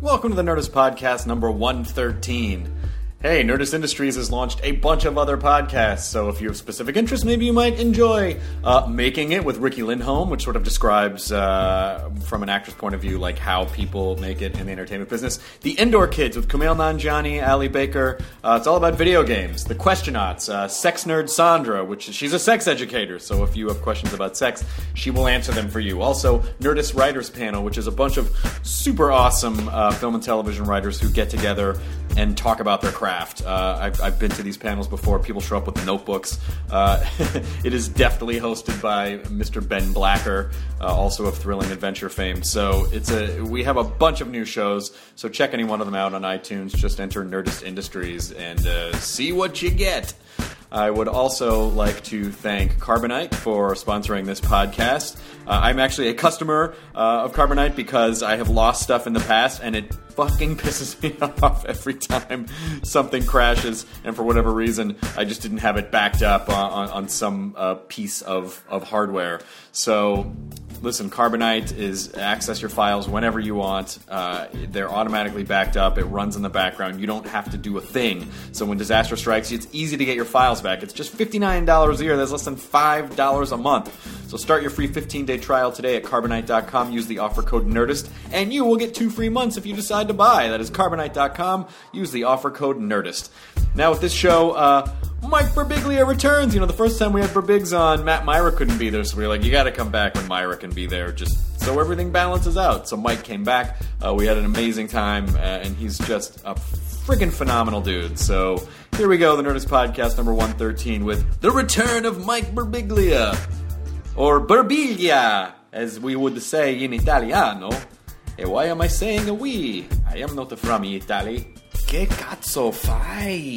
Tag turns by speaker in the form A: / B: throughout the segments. A: Welcome to the Nerdist Podcast number 113. Hey, Nerdist Industries has launched a bunch of other podcasts, so if you have specific interests, maybe you might enjoy uh, Making It with Ricky Lindholm, which sort of describes, uh, from an actor's point of view, like how people make it in the entertainment business. The Indoor Kids with Kumail Nanjiani, Ali Baker. Uh, it's all about video games. The Questionauts, uh, Sex Nerd Sandra, which she's a sex educator, so if you have questions about sex, she will answer them for you. Also, Nerdist Writers Panel, which is a bunch of super awesome uh, film and television writers who get together and talk about their craft craft. Uh, I've, I've been to these panels before. People show up with notebooks. Uh, it is deftly hosted by Mr. Ben Blacker, uh, also of Thrilling Adventure fame. So it's a we have a bunch of new shows. So check any one of them out on iTunes. Just enter Nerdist Industries and uh, see what you get. I would also like to thank Carbonite for sponsoring this podcast. Uh, I'm actually a customer uh, of Carbonite because I have lost stuff in the past and it fucking pisses me off every time something crashes and for whatever reason I just didn't have it backed up on, on, on some uh, piece of, of hardware. So listen, Carbonite is access your files whenever you want. Uh, they're automatically backed up. It runs in the background. You don't have to do a thing. So when disaster strikes, it's easy to get your files back. It's just $59 a year. That's less than $5 a month. So start your free 15-day trial today at carbonite.com. Use the offer code NERDIST, and you will get two free months if you decide to buy. That is carbonite.com. Use the offer code NERDIST. Now with this show, uh, Mike Berbiglia returns. You know, the first time we had Berbigs on, Matt Myra couldn't be there, so we were like, you got to come back when Myra can be there, just so everything balances out. So Mike came back. Uh, we had an amazing time, uh, and he's just a freaking phenomenal dude. So here we go, the Nerdist Podcast number 113 with the return of Mike Berbiglia, or Berbiglia, as we would say in Italiano. Hey, why am I saying a we? I am not from Italy. Che cazzo fai?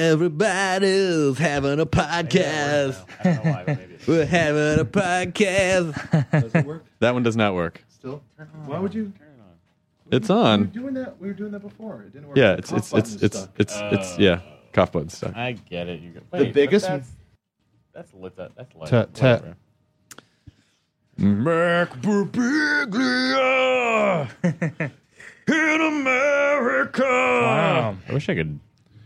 B: Everybody's having a podcast. We're having a podcast.
A: That one does not work.
C: Still? Why would you?
A: It's
C: We were
A: on.
C: doing that. We were doing that before. It didn't work.
A: Yeah, it's
C: Cough
A: it's it's
C: button
A: it's
C: stuck.
A: it's it's yeah. Cough button stuck.
D: I get it. You go,
C: The
D: but
C: biggest-
D: That's, that's lit. That, that's light.
C: Tut, tut.
D: whatever.
B: Mac Berbiglia in America.
D: I wish I could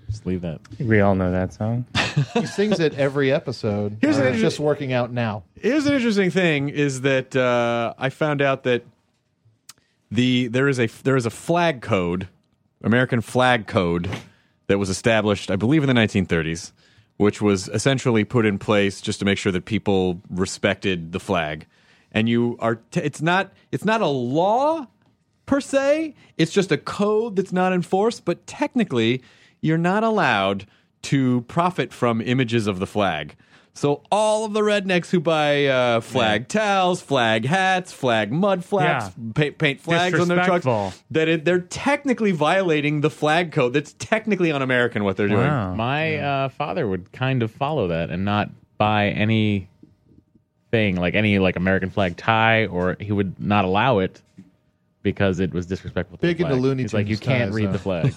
D: just leave that.
E: We all know that song.
C: he sings it every episode.
F: Here's
C: Here's
F: an
C: it's
F: inter-
C: Uh, just working out now.
F: Here's an interesting thing: is that uh, I found out that the there is a there is a flag code, American flag code, that was established, I believe, in the 1930s, which was essentially put in place just to make sure that people respected the flag. And you are t- it's not it's not a law per se. It's just a code that's not enforced, but technically, you're not allowed
A: to profit from images of the flag. So all of the rednecks who buy uh, flag towels, flag hats, flag mud flaps,
C: Yeah.
A: pa- paint flags on their trucks,
C: Disrespectful.
A: that it, they're technically violating the flag code. That's technically un-American what they're doing.
C: Wow.
G: My uh, father would kind of follow that and not buy any thing like any like American flag tie, or he would not allow it because it was disrespectful. To
F: Big
G: the flag.
F: into Looney
G: He's like, you
F: Tunes
G: can't
F: ties,
G: read the flag.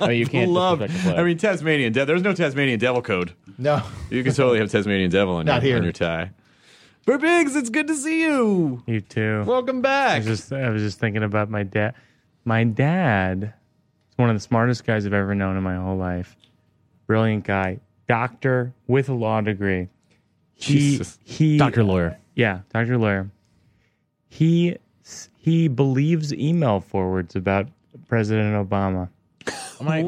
G: no, you can't
A: Love.
G: disrespect the flag.
A: I mean, Tasmanian devil. There's no Tasmanian devil code.
F: No.
A: You can totally have Tasmanian devil on,
F: Not
A: your, on
F: here.
A: your tie. Burbigs, it's good to see you.
C: You too.
A: Welcome
C: I
A: back.
C: was just I was just thinking about my dad. My dad is one of the smartest guys I've ever known in my whole life. Brilliant guy, doctor with a law degree. He
A: Jesus.
C: he
G: Doctor lawyer.
C: yeah, doctor lawyer. He he believes email forwards about President Obama.
G: I'm like,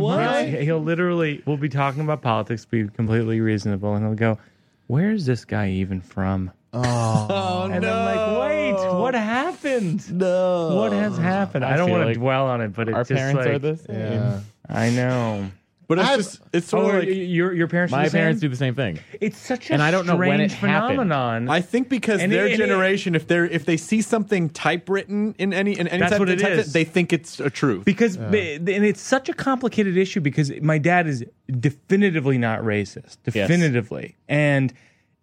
C: He'll- He'll literally, we'll be talking about politics, be completely reasonable, and he'll go, Where is this guy even from?
A: Oh,
C: And I'm like, Wait, what happened?
A: No.
C: What has happened? I,
G: I
C: don't
G: feel
C: want
G: like
C: to dwell on it, but it's
G: Our
C: just
G: parents
C: like,
G: are this.
F: Yeah.
C: I know.
A: But it's
F: I've-
A: just, it's
C: Oh,
A: sort of
C: y-
A: like,
C: your your parents. are
G: My
C: the same?
G: parents do the same thing.
C: It's such a
G: And I don't know
C: strange
G: when it happened.
C: phenomenon.
A: I think because
C: And it-
A: their
C: and it-
A: generation, if they're if they see something typewritten in any in any
C: That's
A: type
C: what
A: they
C: it
A: typed
C: is.
A: they think it's a truth.
C: because and it's such a complicated issue because my dad is definitively not racist,
G: Yes.
C: definitively, and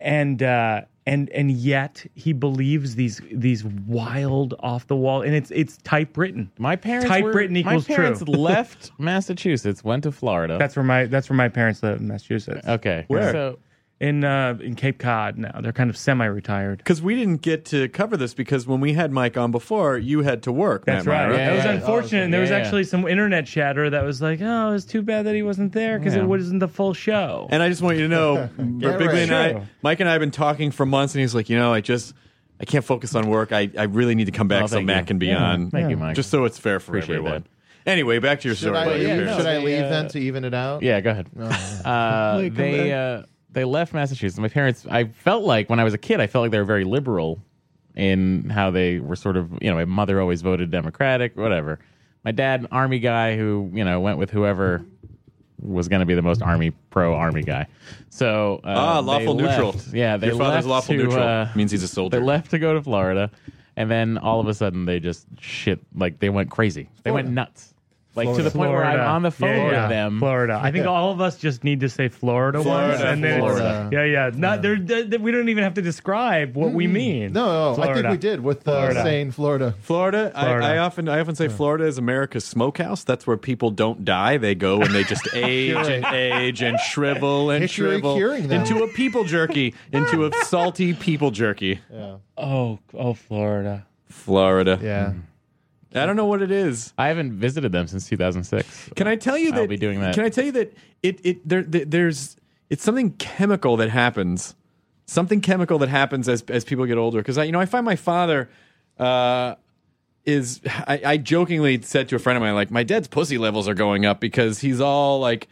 C: and uh, and and yet he believes these these wild off the wall, and it's it's typewritten.
G: My parents
C: Typewritten
G: were,
C: equals
G: my parents
C: true.
G: left Massachusetts, went to Florida.
C: That's where my that's where my parents live in Massachusetts.
G: okay.
A: Where?
G: So
C: in uh, in Cape Cod now they're kind of semi-retired.
A: Because we didn't get to cover this because when we had Mike on before, you had to work.
C: That's
A: Matt
C: right.
A: Myra.
G: Yeah,
C: that was
G: yeah.
C: unfortunate. and there was
G: Yeah, yeah.
C: actually some internet chatter that was like, "Oh, it's too bad that he wasn't there because
G: Yeah.
C: it wasn't the full show."
A: And I just want you to know,
F: Yeah,
A: Bigley
F: right.
A: and
C: Sure.
A: I, Mike and I have been talking for months, and he's like, you know, I just I can't focus on work. I, I really need to come back
G: Oh,
A: so
G: thank
A: Matt
G: you.
A: can be
G: Yeah.
A: on.
G: Thank you, Mike.
A: Just so it's fair for
G: Appreciate
A: everyone. Anyway, back to your
F: Should
A: story.
F: I
A: about
F: leave,
A: your
G: yeah,
A: parents.
G: no.
F: should I
G: they,
F: leave
G: uh,
F: then to even it out?
G: Yeah, go ahead.
C: Oh,
G: Uh,
F: Wait, come
G: they
F: back.
G: uh, they left Massachusetts. My parents. I felt like when I was a kid, I felt like they were very liberal in how they were sort of. You know, my mother always voted Democratic, whatever. My dad, an army guy, who you know went with whoever was going to be the most army pro army guy. So uh,
A: Ah,
G: they
A: lawful neutral.
G: left- Yeah, they
A: your father's
G: left
A: lawful
G: to,
A: neutral
G: uh,
A: means he's a soldier.
G: They left to go to Florida, and then all of a sudden they just shit like they went crazy. They went nuts, like to the point where
C: Florida.
G: I'm on the phone
C: Yeah, yeah.
G: with them.
C: Florida. I think all of us just need to say Florida, once,
A: Florida,
C: and then it's-
F: Florida.
C: yeah, yeah. Not there. there- there- We don't even have to describe what we mean.
F: No, no I think
C: Florida.
F: we did with uh,
C: Florida.
F: saying Florida.
A: Florida,
C: Florida.
A: I, I often I often say Florida is America's smokehouse. That's where people don't die; they go and they just age and age and shrivel and
F: History
A: shrivel
F: curing them.
A: into a people jerky, into a salty people jerky.
C: Oh, oh, Florida.
A: Florida,
F: Yeah.
A: I don't know what it is.
G: I haven't visited them since 2006.
A: Can I tell you that?
G: I'll be doing that.
A: Can I tell you that it it there, there there's it's something chemical that happens, something chemical that happens as as people get older. Because I you know I find my father. Uh, is I, I jokingly said to a friend of mine like my dad's pussy levels are going up because he's all like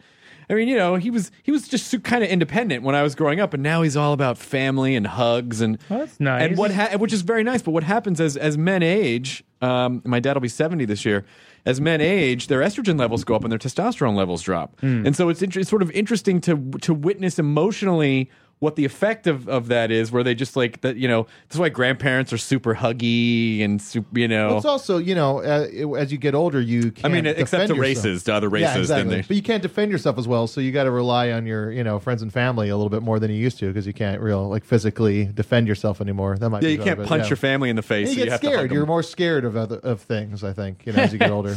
A: I mean you know he was he was just kind of independent when I was growing up and now he's all about family and hugs and
C: that's nice.
A: and what ha- which is very nice but what happens as as men age um, my dad will be 70 this year as men age their estrogen levels go up and their testosterone levels drop
F: Hmm.
A: and so it's, inter- it's sort of interesting to to witness emotionally what the effect of, of that is where they just like that you know that's why grandparents are super huggy and super you know
F: Well, it's also, you know, uh, it- as you get older, you can't
A: I mean, except
F: defend
A: to
F: yourself.
A: races, to other races,
F: Yeah, exactly.
A: then
F: But you can't defend yourself as well, so you got to rely on your, you know, friends and family a little bit more than you used to because you can't real like physically defend yourself anymore. That might
A: they. Yeah,
F: be
A: you
F: better,
A: can't
F: but,
A: punch
F: yeah.
A: your family in the face.
F: And
A: so
F: you
A: you
F: get
A: have to hug
F: scared.
A: them.
F: You're more scared of other, of things, I think, you know, as you get older.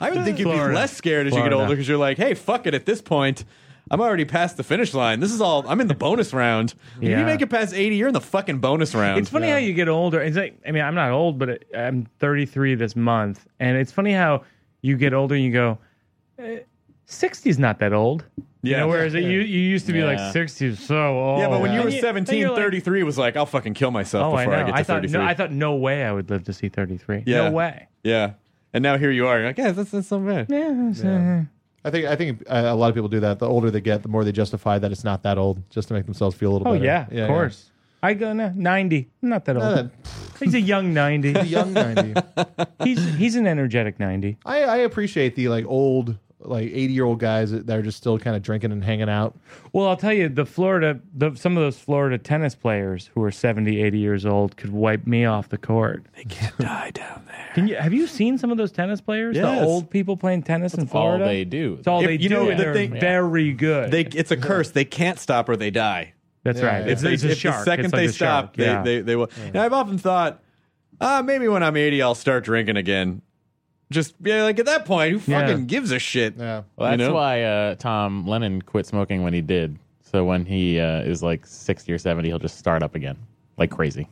A: I would think you'd be
C: Florida.
A: less scared as you get
C: Florida.
A: older because you're like, hey, fuck it. At this point, I'm already past the finish line. This is all. I'm in the bonus round. If you
C: Yeah.
A: make it past 80, you're in the fucking bonus round.
C: It's funny how you get older. It's like I mean, I'm not old, but I'm 33 this month, and it's funny how you get older and you go, eh, 60's not that old. You
A: Yeah.
C: know, whereas it, you you used to be like
G: Yeah.
C: 60's so old.
A: yeah, but when you were
C: And and
A: 17,
C: you're like,
A: 33 was like, I'll fucking kill myself
C: Oh, I
A: before
C: know.
A: I,
C: I,
A: get to
C: thought
A: 33.
C: no, I thought no way I would live to see 33.
A: Yeah.
C: No way.
A: yeah. And now here you are. You're like, yeah, that's, that's not bad.
F: I think I think uh, a lot of people do that. The older they get, the more they justify that it's not that old, just to make themselves feel a little
C: Oh
F: better.
C: yeah, of course. I go no, 90. I'm not that old.
F: that-
C: he's a young 90.
F: Uh, Young ninety.
C: he's he's an energetic 90.
F: I, I appreciate the like old like 80 year old guys that are just still kind of drinking and hanging out.
C: Well, I'll tell you, the Florida, the, some of those Florida tennis players who are 70, 80 years old could wipe me off the court. They can't die down there. Can you, have you seen some of those tennis players?
A: Yes.
C: The old people playing tennis in
G: all
C: Florida?
G: they do.
C: It's all
A: If-
C: they
A: you
C: do.
A: know,
C: and
A: the
C: they're
A: thing- Yeah.
C: very good.
A: They, it's a curse. They can't stop or they die.
C: That's right.
A: If,
C: It's,
A: they,
C: it's a
A: if
C: shark.
A: the second
C: It's like
A: they
C: a
A: stop,
C: shark. Yeah.
A: they, they, they will. And I've often thought, ah, maybe when I'm 80, I'll start drinking again. Just yeah, like at that point, who
C: Yeah.
A: fucking gives a shit?
F: Yeah.
G: Well, that's
A: you know?
G: why uh, Tom Lennon quit smoking when he did. So when he uh, is like 60 or 70, he'll just start up again like crazy.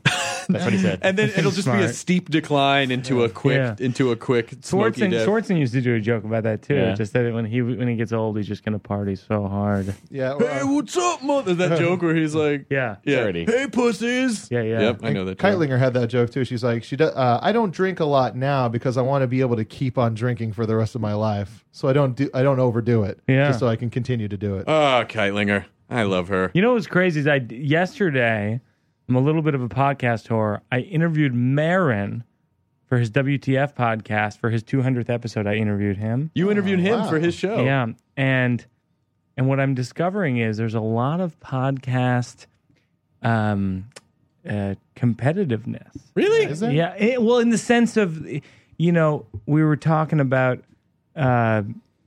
G: That's what he said.
A: And then it'll just be a
C: Smart.
A: steep decline into a quick
C: Yeah.
A: into a quick smoky
C: Swartzen,
A: death.
C: Swartzen used to do a joke about that too.
G: Yeah.
C: Just that when he when he gets old, he's just going to party so hard.
F: Yeah. or,
A: Hey,
F: uh,
A: what's up, mother? That joke where he's like,
C: Yeah.
A: yeah,
G: Dirty.
A: hey, pussies.
C: Yeah, yeah.
A: Yep, I know that. joke.
F: Keitlinger had that joke too. She's like, she does, uh, I don't drink a lot now because I want to be able to keep on drinking for the rest of my life, so I don't do I don't overdo it.
C: Yeah.
F: just so I can continue to do it.
A: Ah, Keitlinger, I love her.
C: You know what's crazy is I yesterday, I'm a little bit of a podcast whore. I interviewed Marin for his WTF podcast for his 200th episode. I interviewed him.
A: You interviewed him
F: wow.
A: for his show.
C: Yeah, and and what I'm discovering is there's a lot of podcast um, uh, competitiveness.
A: really?
F: Is it?
C: Yeah. It, well, in the sense of, you know, we were talking about uh,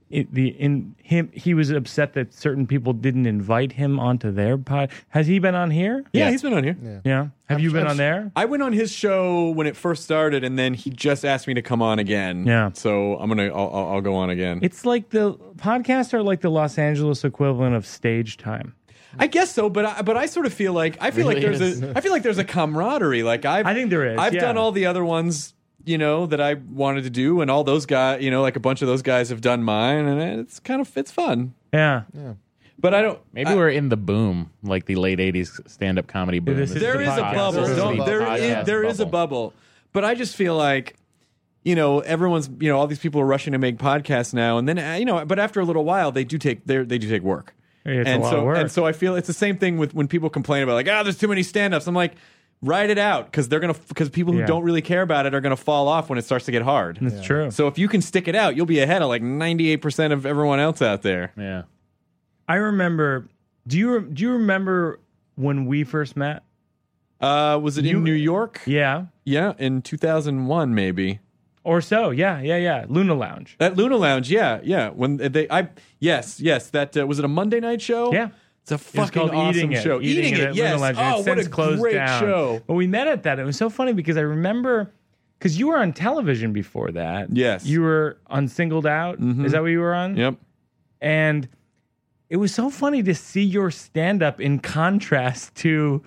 C: it, the in him. He was upset that certain people didn't invite him onto their pod. Has he been on here?
A: Yeah, he's been on here.
C: Yeah. Have you been
F: I'm
C: on there?
A: I went on his show when it first started, and then he just asked me to come on again.
C: Yeah.
A: So I'm gonna, I'll, I'll, I'll go on again.
C: It's like the podcasts are like the Los Angeles equivalent of stage time.
A: I guess so, but I, but I sort of feel like I feel like
G: Really
A: there's a, I feel like there's a camaraderie. Like I've,
C: I think there is,
A: I've
C: yeah.
A: done all the other ones, you know, that I wanted to do, and all those guys, you know, like a bunch of those guys have done mine, and it's kind of it's fun.
C: Yeah.
A: But I don't.
G: Maybe
A: I-
G: we're in the boom, like the late 80s stand up comedy boom.
C: this is
A: there
C: the
A: is a
C: podcast.
A: bubble.
F: There is a
A: Don't,
F: bubble.
A: there
G: Podcast
A: is there is a bubble. But I just feel like you know everyone's you know all these people are rushing to make podcasts now, and then uh, you know, but after a little while, they do take they they do take work.
C: It's a
A: and
C: lot
A: so
C: of work.
A: and so I feel it's the same thing with when people complain about like ah there's too many stand-ups. I'm like. Write it out because they're gonna because people who
C: Yeah.
A: don't really care about it are gonna fall off when it starts to get hard.
C: It's true.
A: So if you can stick it out, you'll be ahead of like ninety eight percent of everyone else out there.
G: Yeah.
C: I remember. Do you do you remember when we first met?
A: Uh, was it in New York?
C: Yeah.
A: yeah in two thousand one maybe.
C: Or so. Yeah. Yeah. Yeah. Luna Lounge.
A: At Luna Lounge, yeah, yeah. When they, I, yes, yes. That uh, was it. A Monday night show.
C: Yeah.
A: it's a
C: It was
A: fucking
C: called
A: awesome
C: Eating It.
A: show.
C: Eating, It, at Luna
A: yes.
C: Lounge, and
A: oh,
C: it's
A: what
C: since
A: a
C: closed
A: great
C: down.
A: show.
C: But we met at that. It was so funny because I remember because you were on television before that.
A: Yes. Mm-hmm.
C: You were on Singled Out. Is that what you were on?
A: Yep.
C: And it was so funny to see your stand up in contrast to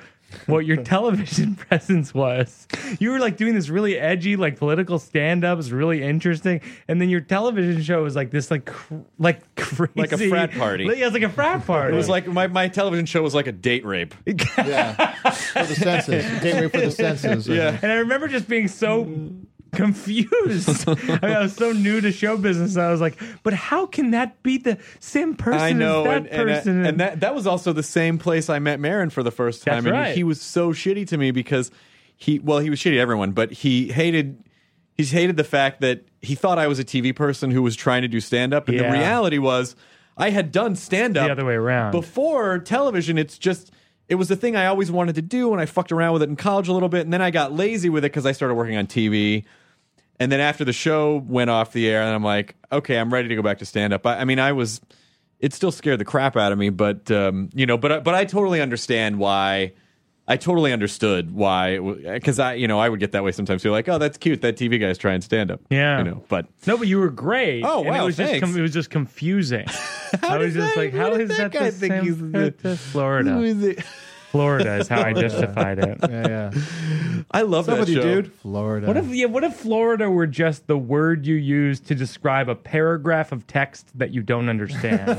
C: what your television presence was. You were like doing this really edgy, like political stand up, was really interesting. And then your television show was like this, like, cr- like crazy.
A: Like a frat party.
C: Yeah, it was like a frat party.
A: It was like my, my television show was like a date rape.
F: Yeah, for the senses, gateway for the senses.
A: Yeah.
C: And I remember just being so confused. I, mean, I was so new to show business. I was like, but how can that be the same person
A: I know,
C: as that
A: and, and, uh,
C: person?
A: and, that that was also the same place I met Marin for the first time,
C: That's
A: and
C: right.
A: he was so shitty to me because he well he was shitty to everyone, but he hated he's hated the fact that he thought I was a TV person who was trying to do stand up, and
C: Yeah.
A: the reality was I had done stand up
C: The other way around.
A: before television. It's just. It was the thing I always wanted to do, and I fucked around with it in college a little bit, and then I got lazy with it because I started working on TV. And then after the show went off the air, and I'm like, okay, I'm ready to go back to stand up. I, I mean, I was, it still scared the crap out of me, but um, you know, but I- but I totally understand why. I totally understood why, because I, you know, I would get that way sometimes. You're like, oh, that's cute. That TV guy's trying stand up.
C: Yeah.
A: you know, but
C: No, but you were great.
A: Oh,
C: and it
A: wow,
C: was just
A: thanks.
C: it was just confusing. I
A: does
C: was just
A: that-
C: like,
A: how
C: how
A: does
C: is
A: that
C: that,
A: guy
C: the
A: think
C: same
A: he's the-
C: person? Florida? Florida is how I justified it.
F: yeah, yeah.
A: I love
F: What's up
A: that
F: with you,
A: show.
F: dude? Florida.
C: What if yeah, what if Florida were just the word you use to describe a paragraph of text that you don't understand?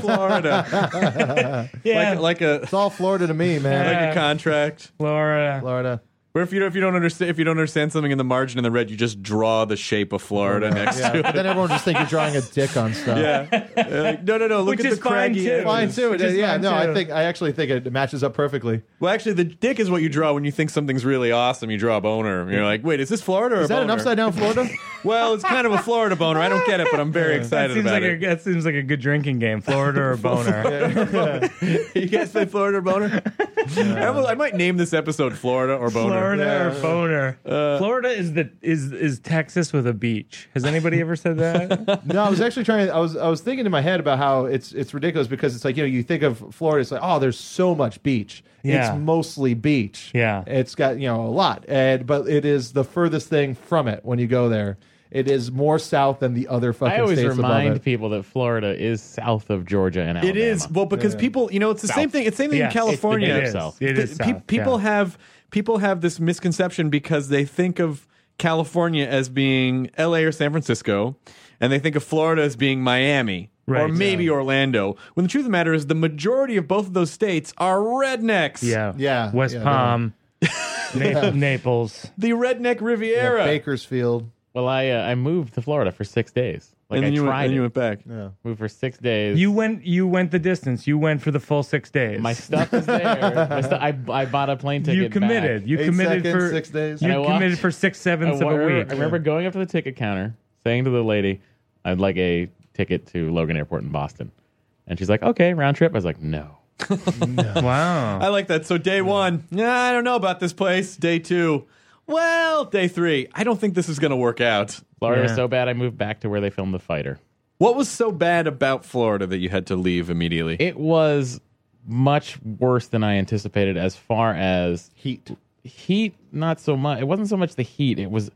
A: Florida,
C: yeah,
A: like like a
F: it's all Florida to me, man?
A: like a contract.
C: Florida.
F: Florida.
A: Where if you don't, if you don't understand if you don't understand something in the margin in the red, you just draw the shape of Florida next
F: Yeah.
A: to it.
F: But then everyone just think you're drawing a dick on stuff.
A: Yeah. Uh, like, no, no, no. Look
C: Which
A: at
C: is
A: the
C: fine,
A: craggy.
C: too.
A: end.
F: Fine too.
C: Which is
F: yeah,
C: fine,
F: no, I
C: too.
F: think I actually think it matches up perfectly.
A: Well, actually, the dick is what you draw when you think something's really awesome. You draw a boner. You're like, wait, is this Florida or
F: Is
A: a
F: that an
A: boner?
F: upside down Florida?
A: Well, it's kind of a Florida boner. I don't get it, but I'm very
C: That
A: excited
C: seems
A: about
C: like a
A: it.
C: that seems like a good drinking game. Florida or boner.
A: you guys play Florida boner? I will- I might name this episode Florida or boner.
C: Florida or boner.
G: Uh,
C: Florida is the is is Texas with a beach. Has anybody ever said that?
F: no, I was actually trying. I was I was thinking in my head about how it's it's ridiculous because it's like you know you think of Florida, it's like oh, there's so much beach.
C: Yeah.
F: It's mostly beach.
C: Yeah.
F: it's got you know a lot, and but it is the furthest thing from it when you go there. It is more south than the other fucking
G: I always
F: states above
G: remind
F: it.
G: people that Florida is south of Georgia and Alabama.
A: It is well because people, you know, it's the same thing. It's the same thing
C: Yeah,
A: in
C: it's the
A: California.
G: native It is. South.
C: It is
A: Pe-
C: South,
A: people
C: yeah.
A: have people have this misconception because they think of California as being L.A. or San Francisco, and they think of Florida as being Miami. or
C: Right,
A: maybe Orlando. When the truth of the matter is, the majority of both of those states are rednecks.
C: yeah.
F: Yeah,
C: West
F: yeah,
C: Palm. Na- Naples.
A: the redneck Riviera.
F: Bakersfield.
G: Well, I uh, I moved to Florida for six days. Like
A: and then
G: I
A: you went,
G: tried
A: and
G: it.
A: you went back.
G: moved for six days.
C: You went you went the distance. You went for the full six days.
G: my stuff is there. My stu- I I bought a plane ticket.
C: you committed.
G: Back.
C: You
F: Eight
C: committed
F: seconds,
C: for
F: six days.
C: You
G: And I
C: committed
G: walked-
C: for six
G: I,
C: sevenths of
G: wa-
C: a week.
G: I remember going up to the ticket counter, saying to the lady, "I'd like a ticket to Logan Airport in Boston," and she's like, "Okay, round trip." I was like, "No."
C: Wow.
A: I like that. So day one, nah, I don't know about this place. Day two, well, day three, I don't think this is going to work out.
G: Florida was
C: Yeah.
G: so bad, I moved back to where they filmed The Fighter.
A: What was so bad about Florida that you had to leave immediately?
G: It was much worse than I anticipated as far as
F: Heat.
G: heat not so much it wasn't so much the heat it was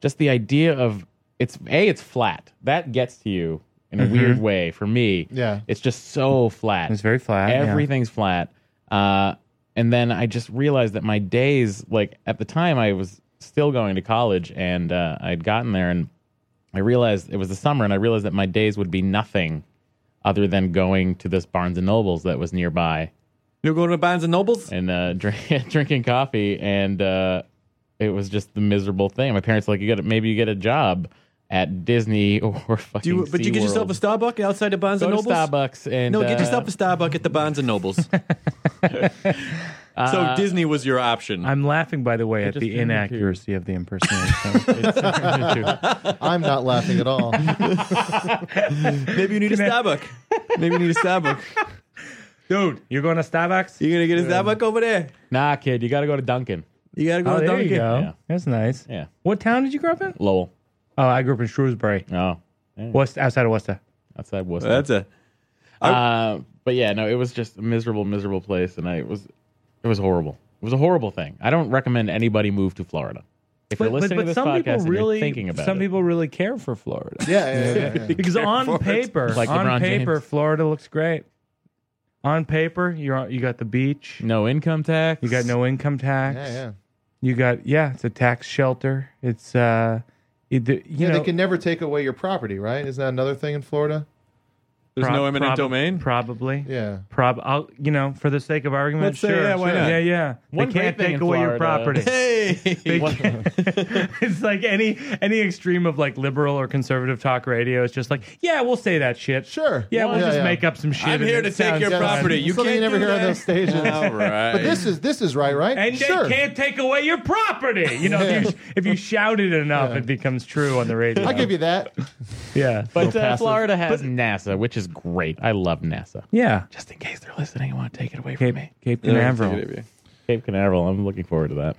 G: just the idea of it's a it's flat that gets to you in a weird way for me
F: Yeah.
G: it's just so flat
C: Mm-hmm. It's very flat, yeah.
G: everything's flat uh, and then i just realized that my days like at the time i was still going to college and uh, i'd gotten there and i realized it was the summer and i realized that my days would be nothing other than going to this barnes and nobles that was nearby
A: You're going to Barnes and Nobles?
G: and uh, drink, drinking coffee, and uh, it was just the miserable thing. My parents were like, you got maybe you get a job at Disney or fucking.
A: Do you, but you get yourself a
G: SeaWorld.
A: Starbucks outside of Barnes
G: Go
A: and
G: to
A: Nobles?
G: Starbucks and
A: No,
G: uh,
A: get yourself a Starbucks at the Barnes and Nobles. so Disney was your option.
C: I'm laughing, by the way, at
G: just
C: the
G: turned into-
C: inaccuracy of the impersonation.
F: I'm not laughing at all.
A: Maybe you need a Starbucks. Maybe you need a Starbucks.
C: Dude, you're going to Starbucks?
A: You're gonna get a Starbucks over there.
G: Nah, kid, you got to go to Duncan.
A: You gotta go
C: Oh,
A: to
C: there
A: Dunkin'.
C: you go.
G: Yeah.
C: That's nice.
G: Yeah,
C: What town did you grow up in?
G: Lowell.
C: Oh, I grew up in Shrewsbury,
G: Oh,
C: west outside of Worcester.
G: outside Worcester.
A: That's a
G: Uh, but yeah, no, it was just a miserable, miserable place, and I it was it was horrible. It was a horrible thing. I don't recommend anybody move to Florida. If you're listening to this podcast and you're thinking about
C: some
G: it,
C: people really care for Florida.
F: Yeah, yeah, yeah, yeah.
C: because on paper,
G: Like
C: on
G: LeBron
C: paper,
G: James.
C: Florida looks great. On paper, you're on, you got the beach,
G: no income tax.
C: you got no income tax,
F: yeah, yeah.
C: you got yeah, it's a tax shelter. It's uh, it, you
F: Yeah,
C: know,
F: they can never take away your property, right? Is that another thing in Florida?
A: there's
C: prob-
A: no eminent
C: prob-
A: domain.
C: probably.
F: Yeah.
C: Prob, I'll, you know, for the sake of argument,
A: Let's say,
C: sure,
A: yeah, why
C: sure.
A: not?
C: yeah, yeah. they
G: One great
C: can't
G: thing
C: take
G: in
C: away your
G: Florida-
C: property.
A: hey,
C: They can't- it's like any any extreme of like liberal or conservative talk radio. It's just like, yeah, we'll say that shit.
F: Sure.
C: Yeah, we'll
F: Yeah,
C: just
F: yeah.
C: make up some shit.
A: I'm
C: and
A: here
C: it
A: to take
C: sounds
A: your
C: fine.
A: property. You
F: Something
A: can't
F: you never
A: do
F: hear
A: that.
F: on those stations.
A: all right.
F: But this is this is right, right?
C: And
F: sure.
C: they can't take away your property. You know, if, you, if you shout it enough, it becomes true on the radio.
F: I'll give you that.
C: yeah,
G: But uh, Florida has NASA, which is great. I love NASA.
C: yeah.
G: Just in case they're listening and want to take it away
C: Cape,
G: from me.
C: Cape Canaveral.
G: Cape Canaveral. I'm looking forward to that.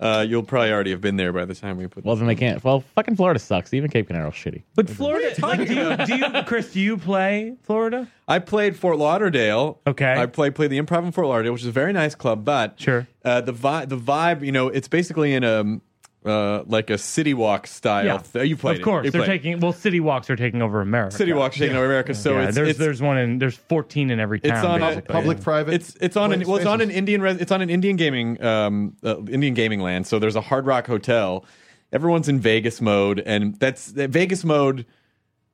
A: Uh, you'll probably already have been there by the time we put.
G: Well, then they can't. Well, fucking Florida sucks. Even Cape Canaveral's shitty.
C: But Florida, like, do you, do you, Chris? Do you play Florida?
A: I played Fort Lauderdale.
C: Okay.
A: I played played the Improv in Fort Lauderdale, which is a very nice club. But
C: Sure.
A: uh, the vibe, the vibe, you know, it's basically in a uh, like a city walk style. Th- you played,
C: of course.
A: It. You
C: they're
A: played it.
C: taking well, city walks are taking over America.
A: city walks taking over America. So
C: yeah,
A: it's,
C: there's
A: it's
C: there's one in there's 14 in every town.
A: it's on a,
C: basically.
F: Public, private.
A: It's it's on an, well, it's on an Indian res, it's on an Indian gaming um uh, Indian gaming land. So there's a Hard Rock Hotel. Everyone's in Vegas mode, and that's that Vegas mode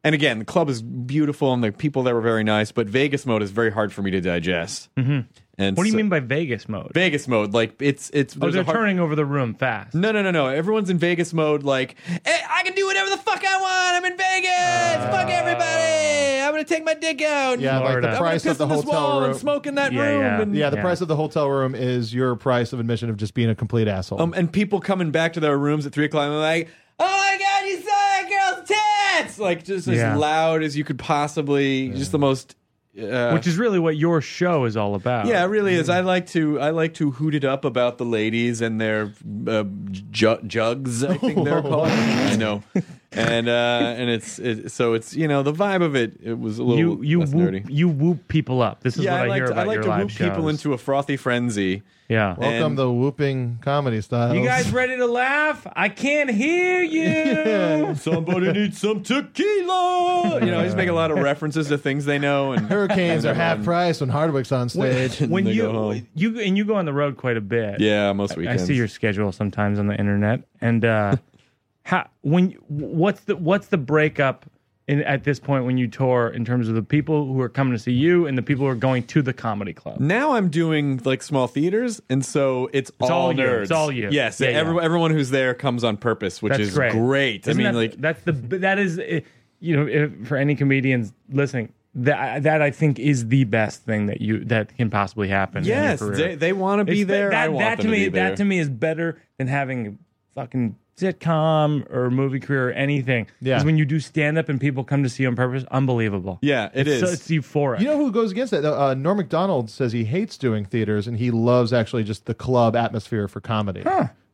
A: and again, the club is beautiful and the people there were very nice, but Vegas mode is very hard for me to digest. Mm-hmm. And
C: What do you
A: so-
C: mean by Vegas mode?
A: Vegas mode? Like it's it's
C: oh,
A: there's a
C: they're
A: hard-
C: turning over the room fast.
A: No, no, no, no. Everyone's in Vegas mode. Like, "Eh, I can do whatever the fuck I want. I'm in Vegas.
C: Uh,
A: fuck everybody. I'm gonna take my dick out.
F: Yeah, like
C: Florida.
F: the
A: I'm
F: price
A: gonna piss
F: of the
A: in this
F: hotel
A: wall
F: room.
A: and smoke in that
C: Yeah,
A: room.
C: yeah.
A: And,
F: yeah, the
C: Yeah.
F: price of the hotel room is your price of admission of just being a complete asshole.
A: um, and people coming back to their rooms at three o'clock. And they're like, oh my god, you saw that girl's tits. Like just
C: Yeah.
A: as loud as you could possibly. Just the most. Uh,
C: Which is really what your show is all about.
A: yeah, it really is. I like to I like to hoot it up about the ladies and their uh, ju- jugs. I think they're called. I know, and uh, and it's it, so it's you know the vibe of it. It was a little
C: You you
A: less
C: whoop,
A: nerdy.
C: you whoop people up. This is
A: yeah,
C: what I,
A: I like
C: hear
A: to,
C: about
A: I like
C: your
A: to
C: live
A: whoop people
C: shows.
A: into a frothy frenzy.
C: yeah.
F: Welcome
A: and-
F: to whooping comedy style.
C: you guys ready to laugh? I can't hear you.
A: Oh, Somebody needs some tequila. You know, I just make a lot of references to things they know and
F: Hurricanes are half
A: Um,
F: price when Hardwick's on stage.
C: when
A: They go
C: you
A: home.
C: you and you go on the road quite a bit.
A: Yeah, most weekends.
C: I see your schedule sometimes on the internet, and uh, how when what's the what's the breakup in, at this point when you tour in terms of the people who are coming to see you and the people who are going to the comedy club?
A: Now I'm doing like small theaters, and so it's,
C: all you.
A: nerds.
C: It's all you.
A: Yes,
C: Yeah,
A: every-
C: yeah.
A: everyone who's there comes on purpose, which
C: That's
A: is
C: great.
A: great. I
C: Isn't
A: mean,
C: that-
A: like
C: that's the that is eh, you know if, for any comedians listening that that I think is the best thing that you that can possibly happen. in your
A: yes,
C: career.
A: they, they want to be
C: It's-
A: there.
C: That,
A: I want
C: that
A: them
C: to me,
A: be there.
C: that to me is better than having a fucking sitcom or movie career or anything.
F: Yeah.
C: 'Cause when you do stand up and people come to see you on purpose, unbelievable.
A: Yeah, it
C: it's
A: is.
C: So, it's euphoric.
F: You know who goes against that? though? Uh, Norm Macdonald says he hates doing theaters and he loves actually just the club atmosphere for comedy.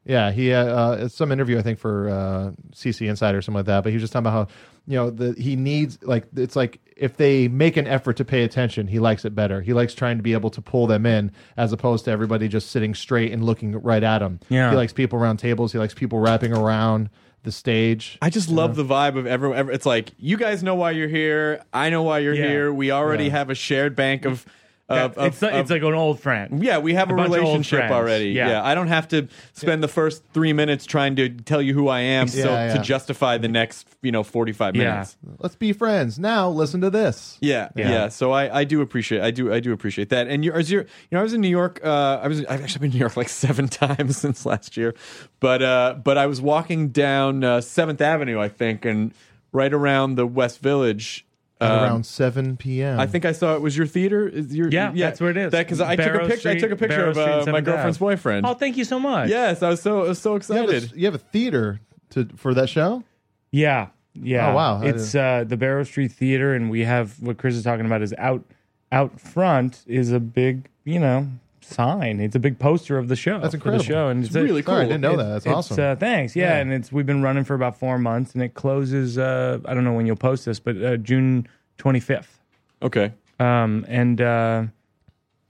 F: Yeah, he uh, uh, it's some interview I think for uh, CC Insider or something like that. But he was just talking about how you know the he needs like it's like if they make an effort to pay attention, he likes it better. He likes trying to be able to pull them in as opposed to everybody just sitting straight and looking right at him.
C: Yeah.
F: he likes people around tables. He likes people wrapping around the stage.
A: I just love
C: Uh-huh.
A: the vibe of everyone. every- It's like you guys know why you're here. I know why you're
C: Yeah.
A: here. We already have a shared bank of.
C: Yeah,
A: of, of-
C: it's, like,
A: of-
C: it's like an old friend.
A: yeah, we have
C: a
A: a,
C: bunch of old
A: relationship
C: friends.
A: already.
C: Yeah.
A: Yeah. I don't have to spend the first three minutes trying to tell you who I am, so
F: Yeah, yeah.
A: to justify the next, you know, forty-five
C: Yeah.
A: minutes.
F: Let's be friends now. Listen to this.
A: Yeah,
C: Yeah.
A: yeah. So I, I do appreciate I do I do appreciate that. And you're, as you're, you know, I was in New York. Uh, I was I've actually been in New York like seven times since last year, but uh, but I was walking down uh, Seventh Avenue, I think, and right around the West Village.
F: At
A: um,
F: around seven p.m.
A: I think I saw it was your theater. Is your
C: Yeah, that's where it is.
A: Because I took
C: Barrow
A: a picture. I
C: Street-
A: took a picture
C: Barrow
A: of
C: Street and
A: uh, my
C: 7th
A: girlfriend's
C: Ave.
A: boyfriend.
C: Oh, thank you so much.
A: yes, I was so I was so
F: You have,
A: excited.
F: a, you have a theater to for that show.
C: Yeah. Yeah.
F: Oh, wow. I
C: It's uh, the Barrow Street Theater, and we have what Chris is talking about is out out front is a big, you know, sign. It's a big poster of the show.
F: That's
C: for
F: incredible.
C: The show, and it's, a-
A: really
F: Sorry, I
A: cool.
F: didn't know
C: It-
F: that. That's
C: it's,
F: awesome.
C: Uh, thanks. Yeah,
F: Yeah.
C: and it's we've been running for about four months, and it closes. Uh, I don't know when you'll post this, but uh, June twenty fifth.
A: okay.
C: Um, and uh,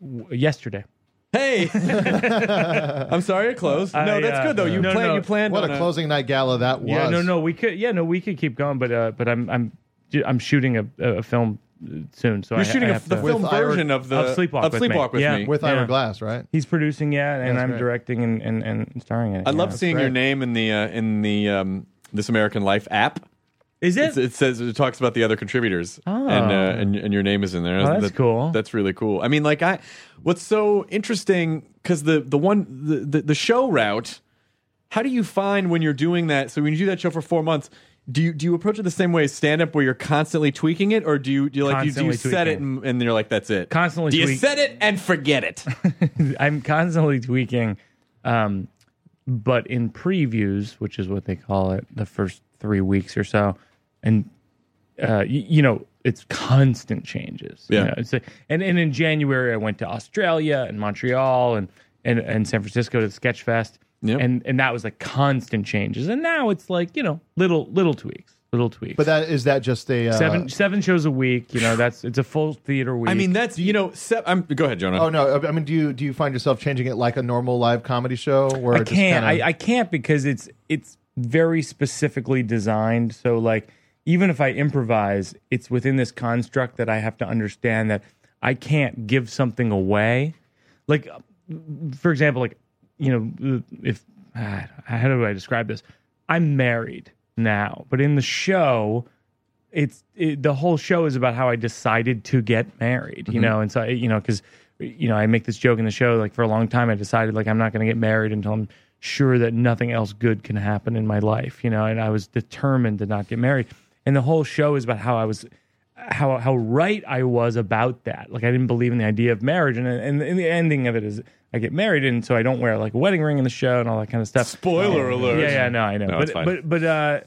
C: w- yesterday.
A: Hey, I'm sorry it closed.
C: I,
A: no, that's
C: uh,
A: good though. You
C: no,
A: plan
C: no.
A: you planned
F: what
A: on
F: a closing night gala that was.
C: Yeah. No. No. We could. Yeah. No. We could keep going, but uh, but I'm I'm I'm shooting a, a film uh, soon. So
A: You're
C: I,
A: shooting
C: I
A: a,
C: have
A: the
C: to-
A: film
F: With Ira-
A: version of the
C: Of Sleepwalk with me.
A: with
C: Yeah.
A: me.
F: With Ira
C: Yeah.
F: Glass, right?
C: He's producing, yeah, and
F: That's
C: I'm
F: great.
C: directing and, and, and starring it.
A: I love
C: yeah.
A: seeing your
F: great.
A: name in the uh, in the um, This American Life app.
C: Is
A: It's, it says it talks about the other contributors, and, uh, and and your name is in there.
C: Oh. that's cool.
A: That's really cool. I mean, like I, what's so interesting because the the one the, the the show route. How do you find when you're doing that? So when you do that show for four months. Do you, do you approach it the same way as stand up where you're constantly tweaking it or do you, do you like you, do you
C: Constantly
A: set it
C: tweaking.
A: and, and you're like that's it
C: Constantly
A: do you
C: tweak-
A: set it and forget it
C: I'm constantly tweaking, um, but in previews, which is what they call it, the first three weeks or so, and uh, y- you know it's constant changes. you
A: Yeah.
C: know, it's a- and and in January I went to Australia and Montreal and and, and San Francisco to the Sketch Fest,
A: Yep.
C: and and that was like constant changes, and now it's like you know little little tweaks, little tweaks.
F: But that is that just a uh,
C: seven seven shows a week. You know, that's it's a full theater week.
A: I mean, that's you know. Se- I'm, go ahead, Jonah.
F: Oh no! I- I mean, do you do you find yourself changing it like a normal live comedy show? Where
C: I
F: it just
C: can't.
F: kinda-
C: I, I can't because it's it's very specifically designed. So like, even if I improvise, it's within this construct that I have to understand that I can't give something away. Like, for example, like you know, if ah, how do I describe this? I'm married now, but in the show, it's it, the whole show is about how I decided to get married, you know, and so I, you know because you know I make this joke in the show like for a long time I decided like I'm not going to get married until I'm sure that nothing else good can happen in my life, you know, and I was determined to not get married, and the whole show is about how I was how how right I was about that. Like I didn't believe in the idea of marriage, and and, and the ending of it is I get married, and so I don't wear like a wedding ring in the show and all that kind of stuff.
A: Spoiler alert.
C: Yeah, yeah, no, I know,
A: No,
C: but
A: it's fine.
C: but but uh,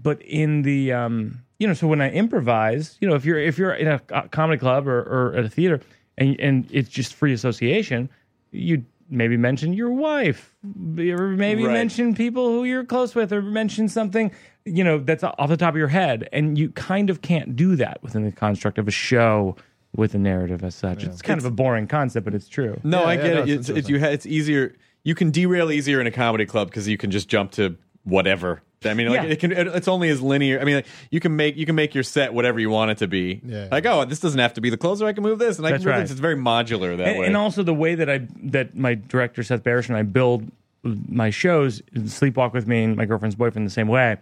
C: but in the um, you know, so when I improvise, you know, if you're if you're in a co- comedy club or, or at a theater, and and it's just free association, you. Maybe mention your wife, or maybe
A: Right.
C: mention people who you're close with, or mention something you know that's off the top of your head, and you kind of can't do that within the construct of a show with a narrative as such. It's kind of a boring concept, but it's true.
A: No,
F: Yeah,
A: I
F: yeah,
A: get
F: no,
A: it.
F: it's
A: It's, it's, you ha- it's easier. You can derail easier in a comedy club because you can just jump to whatever. I mean, like
C: Yeah.
A: it can. It, it's only as linear. I mean, like, you can make you can make your set whatever you want it to be.
F: Yeah.
A: Like, oh, this doesn't have to be the closer. I can move this, and I
C: That's
A: can move
C: right.
A: this. It's very modular that
C: and,
A: way.
C: and also the way that I that my director Seth Barish and I build my shows, Sleepwalk with Me and my girlfriend's boyfriend, the same way,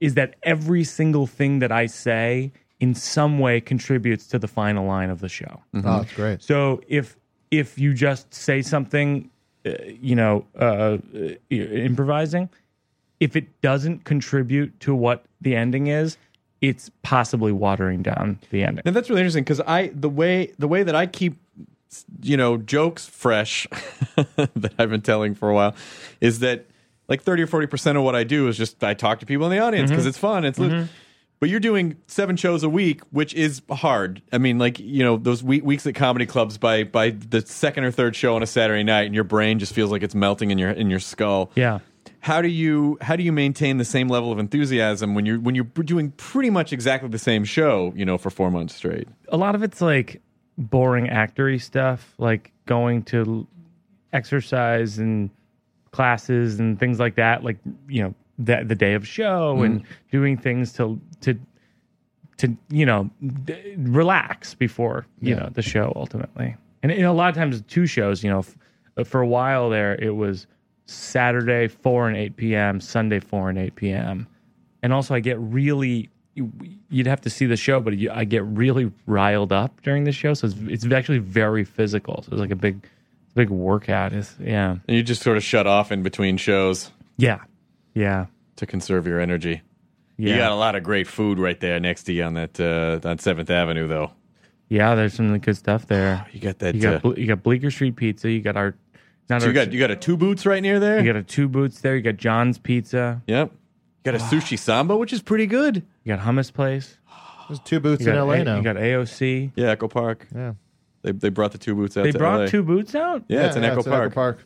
C: is that every single thing that I say in some way contributes to the final line of the show.
F: Oh, that's great.
C: So if if you just say something, uh, you know, uh, uh, improvising, if it doesn't contribute to what the ending is, it's possibly watering down the ending.
A: Now that's really interesting because I the way the way that I keep you know jokes fresh that I've been telling for a while is that like thirty or forty percent of what I do is just I talk to people in the audience because it's fun. It's lit but you're doing seven shows a week, which is hard. I mean, like you know those we- weeks at comedy clubs by by the second or third show on a Saturday night, and your brain just feels like it's melting in your in your skull
C: Yeah.
A: how do you how do you maintain the same level of enthusiasm when you're when you're doing pretty much exactly the same show you know for four months straight
C: a lot of it's like boring actory stuff, like going to l- exercise and classes and things like that. Like you know, the the day of show and doing things to to to you know d- relax before you know the show ultimately. And, and a lot of times, two shows. You know, f- uh, for a while there, it was Saturday four and eight p.m., Sunday four and eight p.m and also I get really you- you'd have to see the show, but you, I get really riled up during the show, so it's, it's actually very physical. So it's like a big, big workout. It's, yeah,
A: and you just sort of shut off in between shows
C: yeah, yeah,
A: to conserve your energy
C: yeah.
A: you got a lot of great food right there next to you on that uh on seventh avenue though
C: yeah, there's some good stuff there.
A: you got that
C: You
A: uh,
C: got Ble- you got Bleecker Street Pizza. You got our not
A: so
C: our,
A: you got you got a two boots right near there
C: you got a two boots there. You got John's Pizza.
A: yep you got a sushi samba which is pretty good
C: You got hummus place.
F: There's two booths
C: You
F: in
C: got,
F: LA
C: A-
F: now.
C: you got AOC.
A: yeah echo park
F: yeah.
A: they, they brought the two boots out
C: They
A: to
C: brought
A: LA.
C: two boots out.
A: yeah, it's an echo park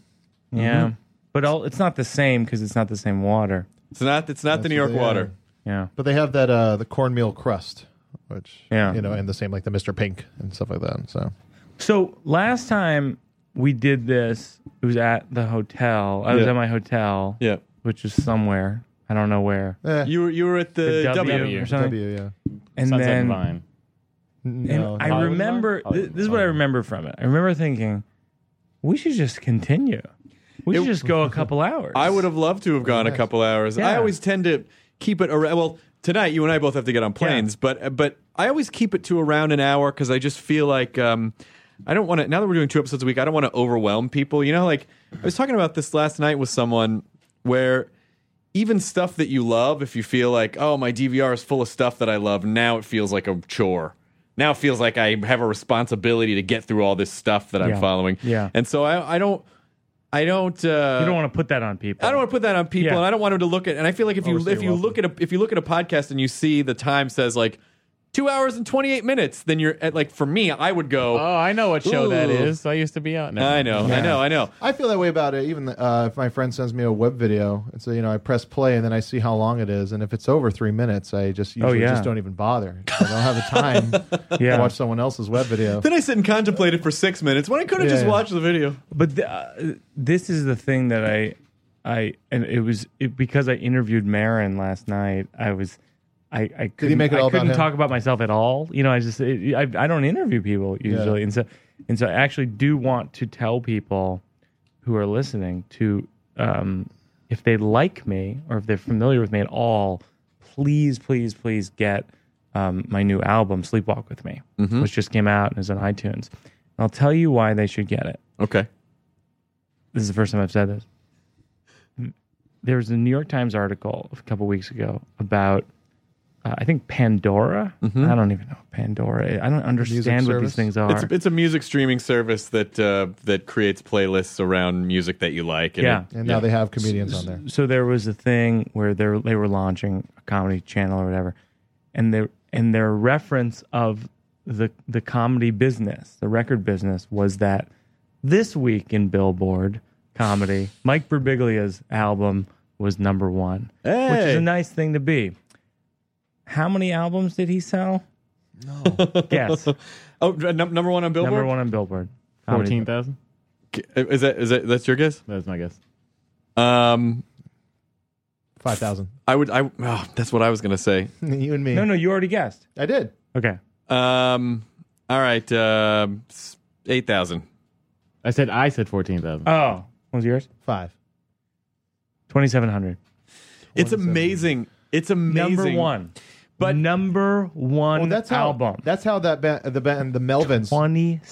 C: Yeah,
A: Mm-hmm.
C: but all, it's not the same because it's not the same water.
A: it's not it's not the
F: That's
A: new
F: what
A: york
F: they
A: water
F: are.
C: Yeah.
F: But they have that uh the cornmeal crust, which
C: Yeah.
F: you know, and the same like the Mr. Pink and stuff like that. So
C: So last time we did this, it was at the hotel. I was
A: Yeah.
C: at my hotel,
A: yeah
C: which is somewhere. I don't know where.
F: eh,
A: you were you were at the,
C: The W
A: Uh, w
C: or something.
F: W, yeah.
C: And
G: Sunset
C: then
G: Vine.
C: and
F: No,
C: I
F: no.
G: Hollywood
C: remember
G: Vine?
C: th- this is what I remember from it. I remember thinking, we should just continue. We should just go a couple hours.
A: I would have loved to have gone a couple hours. I
C: Yeah.
A: always tend to keep it around. Well, tonight you and I both have to get on planes, but but I always keep it to around an hour because I just feel like um, I don't want to. Now that we're doing two episodes a week, I don't want to overwhelm people. You know, like I was talking about this last night with someone where even stuff that you love, if you feel like, oh, my DVR is full of stuff that I love, now it feels like a chore. Now it feels like I have a responsibility to get through all this stuff that
C: Yeah.
A: I'm following.
C: Yeah.
A: And so I, I don't, I don't. Uh,
C: You don't want to put that on people.
A: I don't want to put that on people,
C: Yeah.
A: and I don't want them to look at. And I feel like if you
C: Overstay
A: if you
C: welcome.
A: look at a if you look at a podcast and you see the time says like two hours and twenty eight minutes, then you're at like for me, I would go.
G: Oh, I know what show that
A: Ooh.
G: is. I used to be on. No.
A: I know, I know, I know.
F: I feel that way about it. Even uh, if my friend sends me a web video, and so you know, I press play, and then I see how long it is, and if it's over three minutes, I just usually
C: Oh, yeah.
F: just don't even bother. I don't have the time
C: Yeah.
F: to watch someone else's web video.
A: Then I sit and contemplate it for six minutes when I could have
F: Yeah,
A: just
F: yeah.
A: watched the video.
C: but the, uh, this is the thing that I, I and it was it, because I interviewed Marin last night. I was, I, I couldn't,
F: make it
C: I
F: all about
C: couldn't
F: him?
C: talk about myself at all. You know, I just it, I, I don't interview people usually, and so and so I actually do want to tell people who are listening to um, if they like me or if they're familiar with me at all, please, please, please get um, my new album, Sleepwalk with Me,
F: Mm-hmm.
C: which just came out and is on iTunes. And I'll tell you why they should get it.
A: Okay.
C: This is the first time I've said this. There was a New York Times article a couple weeks ago about, uh, I think Pandora. I don't even know what Pandora. Is. I don't understand what
F: service?
C: these things are.
A: It's a, it's a music streaming service that uh, that creates playlists around music that you like. And
C: Yeah.
A: it-
F: And now they have comedians on there.
C: so there was a thing where they they were launching a comedy channel or whatever, and their and their reference of the the comedy business, the record business, was that this week in Billboard comedy, Mike Birbiglia's album was number one, which is
A: Hey.
C: a nice thing to be. How many albums did he sell? No. Guess.
A: oh, num- number one on Billboard.
C: number one on Billboard. Comedy.
G: Fourteen thousand.
A: Is that is that that's your guess?
G: That's my guess.
A: Um,
F: Five thousand.
A: I would. I oh, that's what I was gonna say.
F: You and me.
C: No, no, you already guessed.
F: I did.
C: Okay.
A: Um, all right. Um s- eight thousand.
G: I said I said fourteen thousand.
C: Oh, what was yours?
F: Five.
C: Twenty seven hundred.
A: It's amazing. It's amazing.
C: Number one.
A: But- Oh,
C: number one
F: Well, that's how.
C: album.
F: That's how that band, the band, the Melvins.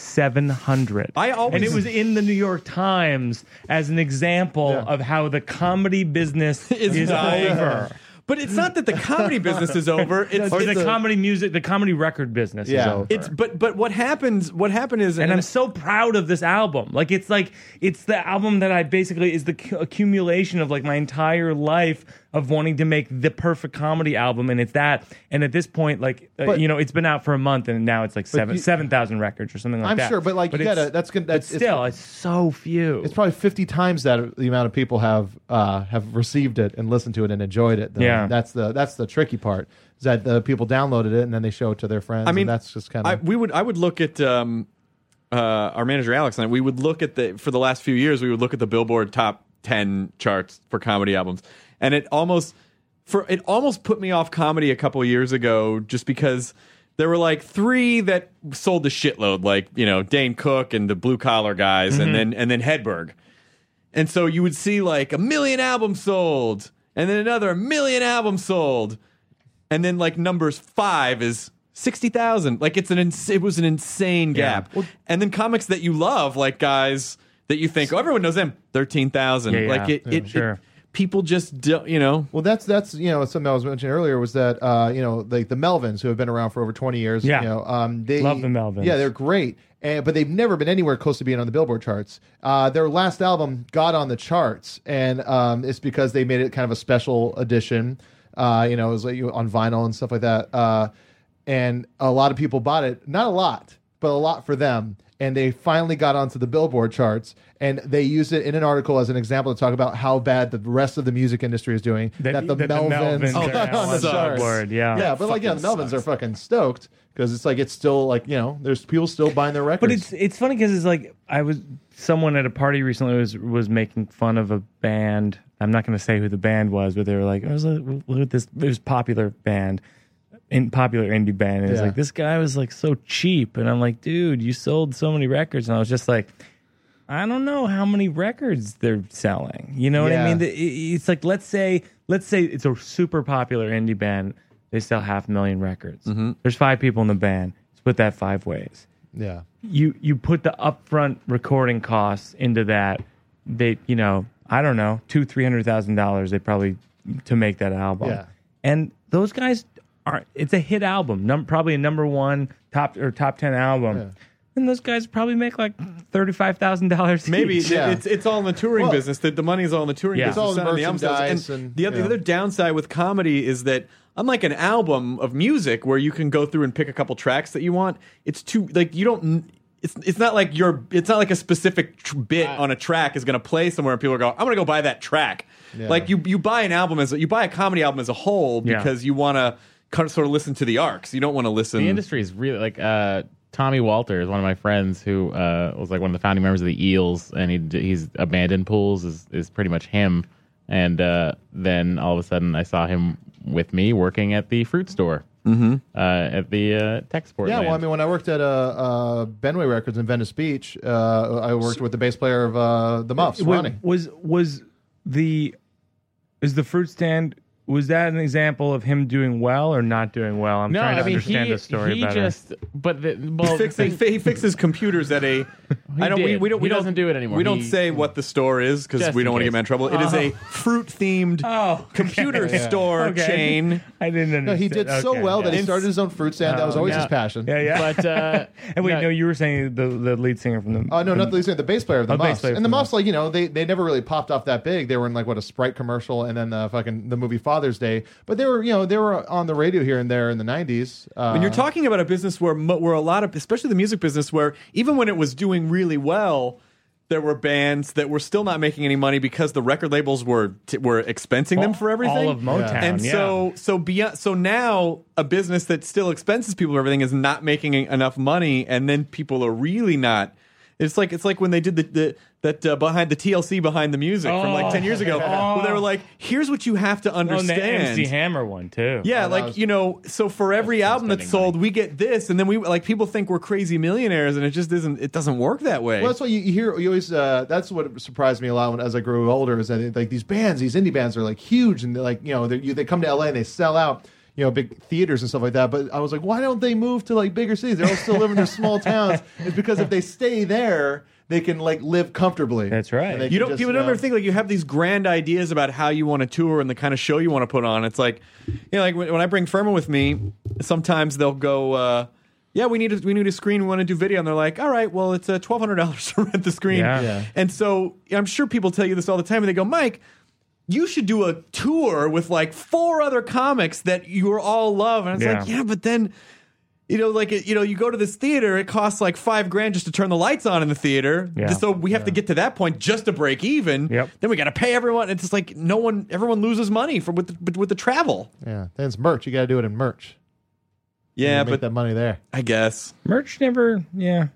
C: 2700.
A: I always-
C: and it was in the New York Times as an example
F: Yeah.
C: of how the comedy business
A: Is
C: is,
A: dying.
C: over.
A: But it's not that the comedy business is over. It's
C: Or the
A: it's,
C: comedy music, the comedy record business is
F: Yeah.
C: over.
A: it's but but what happens? What happened is
C: and I'm so proud of this album. Like it's like it's the album that I basically is the cu- accumulation of like my entire life of wanting to make the perfect comedy album, and it's that. And at this point, like uh,
F: But-
C: you know, it's been out for a month, and now it's like seven
F: you-
C: seven thousand records or something like
F: I'm
C: that.
F: sure, but like you
C: it's-
F: gotta. That's gonna. That's
C: but
F: it's-
C: still, it's, so few.
F: It's probably fifty times that the amount of people have uh, have received it and listened to it and enjoyed it. though.
C: Yeah.
F: that's the that's the tricky part is that the people downloaded it and then they show it to their friends.
A: I mean,
F: and that's just kind
A: I,
F: of
A: we would. I would look at um, uh, our manager Alex and I. We would look at the for the last few years. We would look at the Billboard top ten charts for comedy albums, and it almost for it almost put me off comedy a couple years ago, just because there were like three that sold the shitload, like you know Dane Cook and the Blue Collar guys,
F: Mm-hmm.
A: and then and then Hedberg. And so you would see like a million albums sold, and then another million albums sold, and then like numbers five is sixty thousand. Like it's an ins- it was an insane gap. and then comics that you love, like guys that you think oh, everyone knows them, thirteen thousand.
C: Yeah, yeah.
A: Like it,
C: Yeah,
A: it,
C: sure.
A: it people just do, you know.
F: Well, that's that's you know something I was mentioning earlier was that uh, you know like the Melvins who have been around for over twenty years.
C: Yeah.
F: you know, um, they
C: Love the Melvins.
F: Yeah, they're great, and, but they've never been anywhere close to being on the Billboard charts. Uh, their last album got on the charts, and um, it's because they made it kind of a special edition. Uh, you know, it was like you- on vinyl and stuff like that. Uh, and a lot of people bought it. Not a lot, but a lot for them. And they finally got onto the Billboard charts, and they used it in an article as an example to talk about how bad the rest of the music industry is doing. That, the Melvins,
C: Melvins are
A: that
C: now Oh, on the
A: sucks.
C: Billboard, yeah.
F: yeah, but like yeah, the Melvins are fucking stoked because it's like it's still like you know there's people still buying their records.
C: But it's it's funny because it's like I was someone at a party recently was was making fun of a band. I'm not going to say who the band was, but they were like, "It was a, look at this. It was a popular band, in popular indie band." And it's
F: Yeah.
C: like this guy was like so cheap, and I'm like, "Dude, you sold so many records," and I was just like. I don't know how many records they're selling. You know what I
F: Yeah.
C: mean? The- it- It's like let's say let's say it's a super popular indie band. They sell half a million records.
F: Mm-hmm.
C: There's five people in the band. Split that five ways
F: yeah,
C: you you put the upfront recording costs into that they you know i don't know two three hundred thousand dollars they probably to make that album
F: Yeah.
C: and those guys aren't it's a hit album num- probably a number one top or top 10 album and those guys probably make like $35000
A: Maybe
C: each.
F: Yeah.
A: it's it's all in the touring
F: Well-
A: business. That the money's all in the touring
C: Yeah.
A: business.
C: It's all
F: in
A: not the album sales.
F: merchandise
A: And
F: and-
A: the other
F: yeah.
A: the other downside with comedy is that unlike an album of music where you can go through and pick a couple tracks that you want, it's too like you don't. It's it's not like your it's not like a specific tr- bit
F: Ah.
A: on a track is going to play somewhere and people go I'm going to go buy that track.
F: Yeah.
A: Like you you buy an album as a, you buy a comedy album as a whole
C: Yeah.
A: because you want to kind of sort of listen to the arcs. You don't want to listen.
G: The industry is really like uh, Tommy Walter is one of my friends who uh, was like one of the founding members of the Eels, and he d- he's abandoned pools is is pretty much him. And uh, then all of a sudden, I saw him with me working at the fruit store mm-hmm. uh, at the uh, tech sport.
F: yeah.
G: land.
F: Well, I mean, when I worked at uh, uh, Benway Records in Venice Beach, uh, I worked with the bass player of uh, the Muffs,
C: Wait,
F: Ronnie.
C: was was the is the fruit stand was that an example of him doing well or not doing well? I'm
G: No,
C: trying to
G: I mean
C: understand
G: he,
C: the story
G: he
C: better.
G: just but the,
A: He
G: well, the
A: fixes,
G: thing-
A: he fixes computers at a. I don't. We,
G: Oh. did.
A: we don't.
G: He
A: we don't-
G: doesn't do it anymore.
A: We don't
G: He-
A: say what the store is because
G: Just
A: we
G: in
A: don't want to
G: case. Oh.
A: get him in trouble. It is a fruit themed
C: oh,
A: computer store
C: Okay.
A: chain.
C: I didn't understand.
F: No, he did so
C: Okay,
F: well that
C: yeah.
F: he started his own fruit stand. that was always
G: yeah.
F: his passion.
C: Yeah, yeah.
G: but uh,
C: and wait,
G: no.
C: no, you were saying the, the lead singer from the.
F: Oh no, not the lead singer, the bass player of the
C: Oh, bass
F: Muffs.
C: player
F: And
C: for
F: the
C: the
F: Muffs, like you know, they they never really popped off that big. They were in like what a Sprite commercial, and then the fucking the movie Father's Day. But they were you know they were on the radio here and there in the nineties. Uh,
A: When you're talking about a business where mo- where a lot of, especially the music business, where even when it was doing really well, there were bands that were still not making any money because the record labels were t- were expensing them for everything.
C: All of Motown.
A: and
C: yeah.
A: so so beyond, so now a business that still expenses people and everything is not making enough money, and then people are really not. It's like it's like when they did the, the that uh, behind the TLC behind the music from like ten years ago,
C: Oh.
A: where they were like, "Here's what you have to
C: Oh, and
A: understand."
C: the MC Hammer one too.
A: Yeah, like
F: was-
A: you know, so for every album that's
G: spending
A: sold, we get this, and then we like people think we're crazy millionaires, and it just isn't. It doesn't work that way.
F: Well, that's what you you hear. You always. Uh, that's what surprised me a lot when, as I grew older, is that like these bands, these indie bands, are like huge, and they're like you know they you, they come to LA and they sell out, you know, big theaters and stuff like that. But I was like, why don't they move to like bigger cities? They're all still living in their small towns. It's because if they stay there, they can like live comfortably.
C: That's right.
F: And they
A: you
F: can
A: don't.
F: just,
A: people
F: you
A: don't
F: know-
A: ever think like you have these grand ideas about how you want to tour and the kind of show you want to put on. It's like, you know, like when, when I bring Furman with me, sometimes they'll go. uh yeah, we need a, we need a screen. We want to do video, and they're like, "All right, well, it's uh, twelve hundred dollars to rent the screen."
C: Yeah. Yeah.
A: And so I'm sure people tell you this all the time, and they go, "Mike, you should do a tour with like four other comics that you all love. And it's
C: Yeah.
A: like, yeah, but then, you know, like, you know, you go to this theater, it costs like five grand just to turn the lights on in the theater.
C: Yeah.
A: So we have to get to that point just to break even.
C: Yep.
A: Then we got to pay everyone. It's just like no one, everyone loses money from with the, with the travel.
F: Yeah, then it's merch. You got to do it in merch.
A: Yeah,
F: make
A: but
F: that money there.
A: I guess.
C: merch never. Yeah,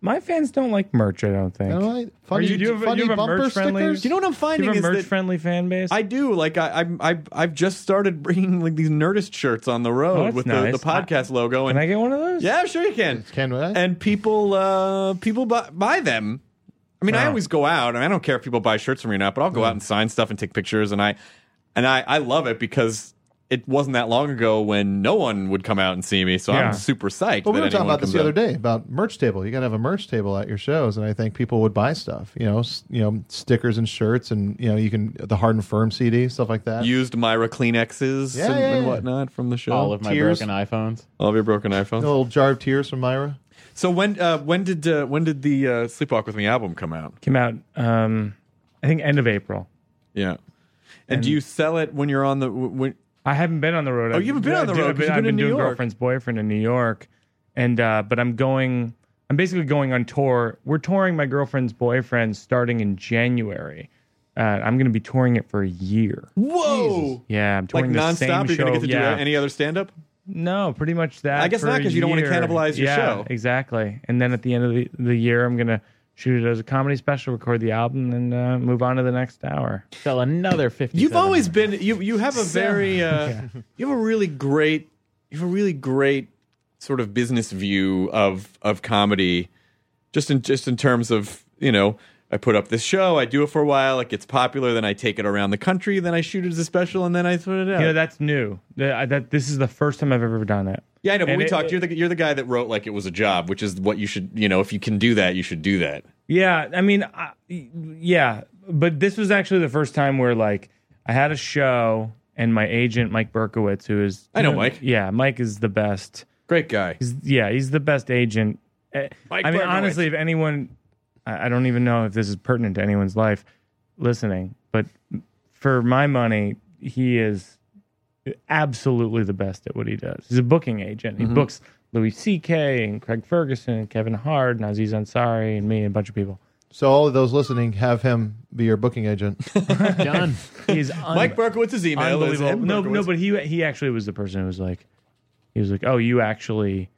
C: my fans don't like merch. I don't think.
F: You know what? Funny,
C: you- do you have a-
F: funny
C: you have a
F: bumper
C: merch-friendly-
F: stickers.
A: Do you know what I'm
C: Do you
A: finding
C: have a
A: is
C: merch
A: that
C: friendly fan base?
A: I do like I I'm, I've I've just started bringing like these Nerdist shirts on the road
C: Oh, that's
A: with
C: nice.
A: the, the podcast logo
C: Can
A: and
C: I get one of those?
A: yeah sure you can
F: Can what?
A: and people uh, people buy, buy them. I mean, I
C: Wow.
A: always go out, and I don't care if people buy shirts from me or not, but I'll go out and sign stuff and take pictures, and I and I, I love it because it wasn't that long ago when no one would come out and see me, so
C: Yeah.
A: I'm super psyched.
F: Well, we
A: that
F: were talking
A: anyone
F: about this
A: comes
F: the
A: out.
F: other day about merch table. You got to have a merch table at your shows, and I think people would buy stuff. You know, s- you know, stickers and shirts, and you know, you can the hard and firm CD stuff like that.
A: Used Myra Kleenexes
F: Yeah,
A: and,
F: yeah,
A: and
F: yeah.
A: whatnot from the show.
G: all of my
F: Tears.
G: broken iPhones.
A: All of your broken
F: a
A: iPhones.
F: little jar of tears from Myra.
A: So when uh, when did uh, when did the uh, Sleepwalk with Me album come out?
C: Came out. Um, I think end of April.
A: Yeah, and, do you sell it when you're on the when?
C: I haven't been on the road.
A: Oh,
C: I've-
A: you haven't been
C: I
A: on the
C: do-
A: road
C: I've
A: 'cause
C: been,
A: you've
C: I've
A: been
C: been
A: in New
C: doing
A: York.
C: girlfriend's boyfriend in New York, and uh, but I'm going. I'm basically going on tour. We're touring my girlfriend's boyfriend starting in January. Uh, I'm going to be touring it for a year.
A: Whoa.
C: Yeah, I'm
A: Like
C: touring the same
A: nonstop, you're
C: show.
A: gonna get to
C: yeah.
A: do any other stand-up.
C: No, pretty much that.
A: I guess
C: for
A: not,
C: a
A: 'cause you don't wanna
C: year.
A: cannibalize your
C: yeah,
A: show.
C: Exactly. And then at the end of the, the year, I'm gonna shoot it as a comedy special, record the album, and uh, move on to the next hour.
G: Sell another fifty.
A: You've always been you. You have a very uh, you have a really great you have a really great sort of business view of of comedy. Just in just in terms of you know, I put up this show, I do it for a while, it gets popular, then I take it around the country, then I shoot it as a special, and then I put it out.
C: You know, that's new. That, I- that this is the first time I've ever done it.
A: yeah, I know. But
C: and
A: we
C: it-
A: talked. You're the you're the guy that wrote like it was a job, which is what you should you know. If you can do that, you should do that.
C: Yeah, I mean, I, yeah, but this was actually the first time where like I had a show and my agent Mike Berkowitz, who is
A: I know Mike.
C: Yeah, Mike is the best.
A: Great guy.
C: He's yeah, he's the best agent. Eh,
A: Mike
C: I mean,
A: Berkowitz.
C: honestly, if anyone, I I don't even know if this is pertinent to anyone's life listening, but for my money, he is absolutely the best at what he does. He's a booking agent.
A: Mm-hmm.
C: He books Louis C.K. and Craig Ferguson and Kevin Hart and Aziz Ansari and me and a bunch of people.
F: So all of those listening, have him be your booking agent.
G: done.
C: He's un-
A: Mike Berkowitz's email is
C: unbelievable.
A: M.
C: No, no,
A: Berkowitz.
C: but he he actually was the person who was like, he was like, oh, you actually,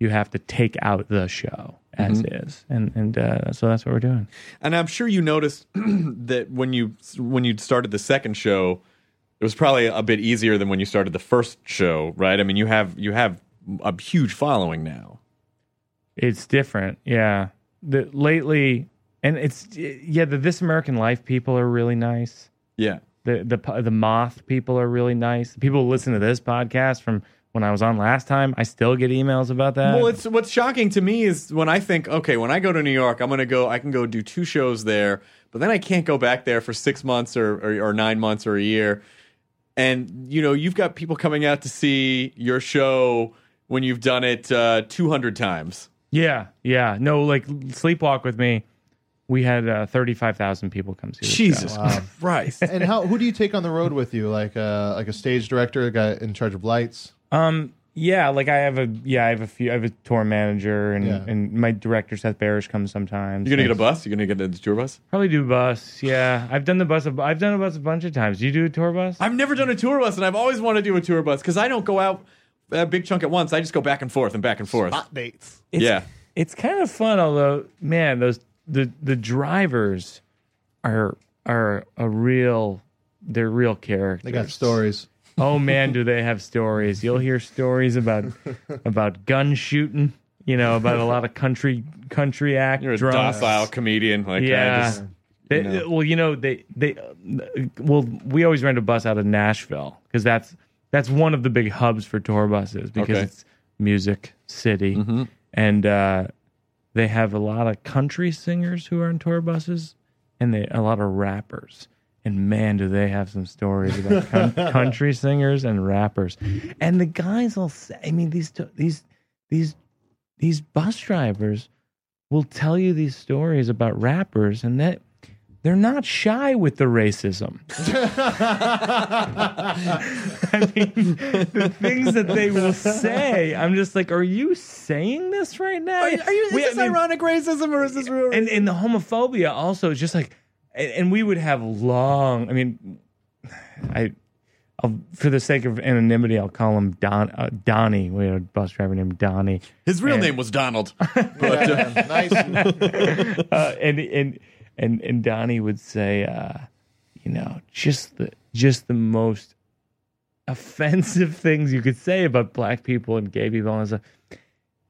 C: you have to take out the show as
A: Mm-hmm.
C: is, and and uh, so that's what we're doing.
A: And I'm sure you noticed that when you when you started the second show, it was probably a bit easier than when you started the first show, right? I mean, you have you have a huge following now.
C: It's different, yeah. The, lately, and it's yeah, the This American Life people are really nice.
A: Yeah.
C: The the po- the moth people are really nice. The people who listen to this podcast from when I was on last time, I still get emails about that.
A: Well, it's what's shocking to me is when I think, okay, when I go to New York, I'm gonna go, I can go do two shows there, but then I can't go back there for six months or or, or nine months or a year. And you know, you've got people coming out to see your show when you've done it uh, 200 times.
C: yeah, yeah. No, like Sleepwalk with me, we had uh, thirty five thousand people come see. this show.
A: Jesus Christ!
F: and how who do you take on the road with you? Like uh, like a stage director, a guy in charge of lights.
C: Um. Yeah. Like I have a yeah. I have a few. I have a tour manager and
F: Yeah.
C: and my director Seth Barish comes sometimes.
A: You're gonna get a bus. You're gonna get a tour bus.
C: probably do bus. Yeah. I've done the bus. A, I've done a bus a bunch of times. Do you do a tour bus?
A: I've never done a tour bus, and I've always wanted to do a tour bus because I don't go out a big chunk at once. I just go back and forth and back and forth.
F: dates.
C: It's-
A: yeah.
C: It's kind of fun, although man, those the the drivers are are a real. They're real characters.
F: They got stories.
C: oh man, do they have stories? You'll hear stories about about gun shooting. You know about a lot of country country act.
A: You're a
C: drunks.
A: docile comedian. Like I
C: yeah.
A: just,
C: They- uh,
A: you know.
C: Well, you know they they uh, well we always rent a bus out of Nashville because that's that's one of the big hubs for tour buses because
A: Okay. Mm-hmm.
C: it's music city and uh, they have a lot of country singers who are on tour buses and they a lot of rappers and man do they have some stories about coun- country singers and rappers and the guys all say I mean these to- these these these bus drivers will tell you these stories about rappers and that they're not shy with the racism. I mean, the things that they will say, I'm just like, are you saying this right now? We- I mean,
A: racism or is this real?
C: and and the homophobia also is just like, and, and we would have long. I mean, I, I'll, for the sake of anonymity, I'll call him Don uh, Donnie. We had a bus driver named Donnie.
A: His real name was Donald. But uh,
F: nice.
C: uh, and and and and Donnie would say, uh, you know, just the just the most offensive things you could say about black people and gay people and stuff.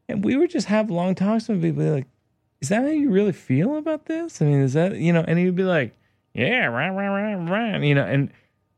C: And we would just have long talks with people like, is that how you really feel about this? I mean, is that you know? And he'd be like, yeah, right, right, right, right, you know, and.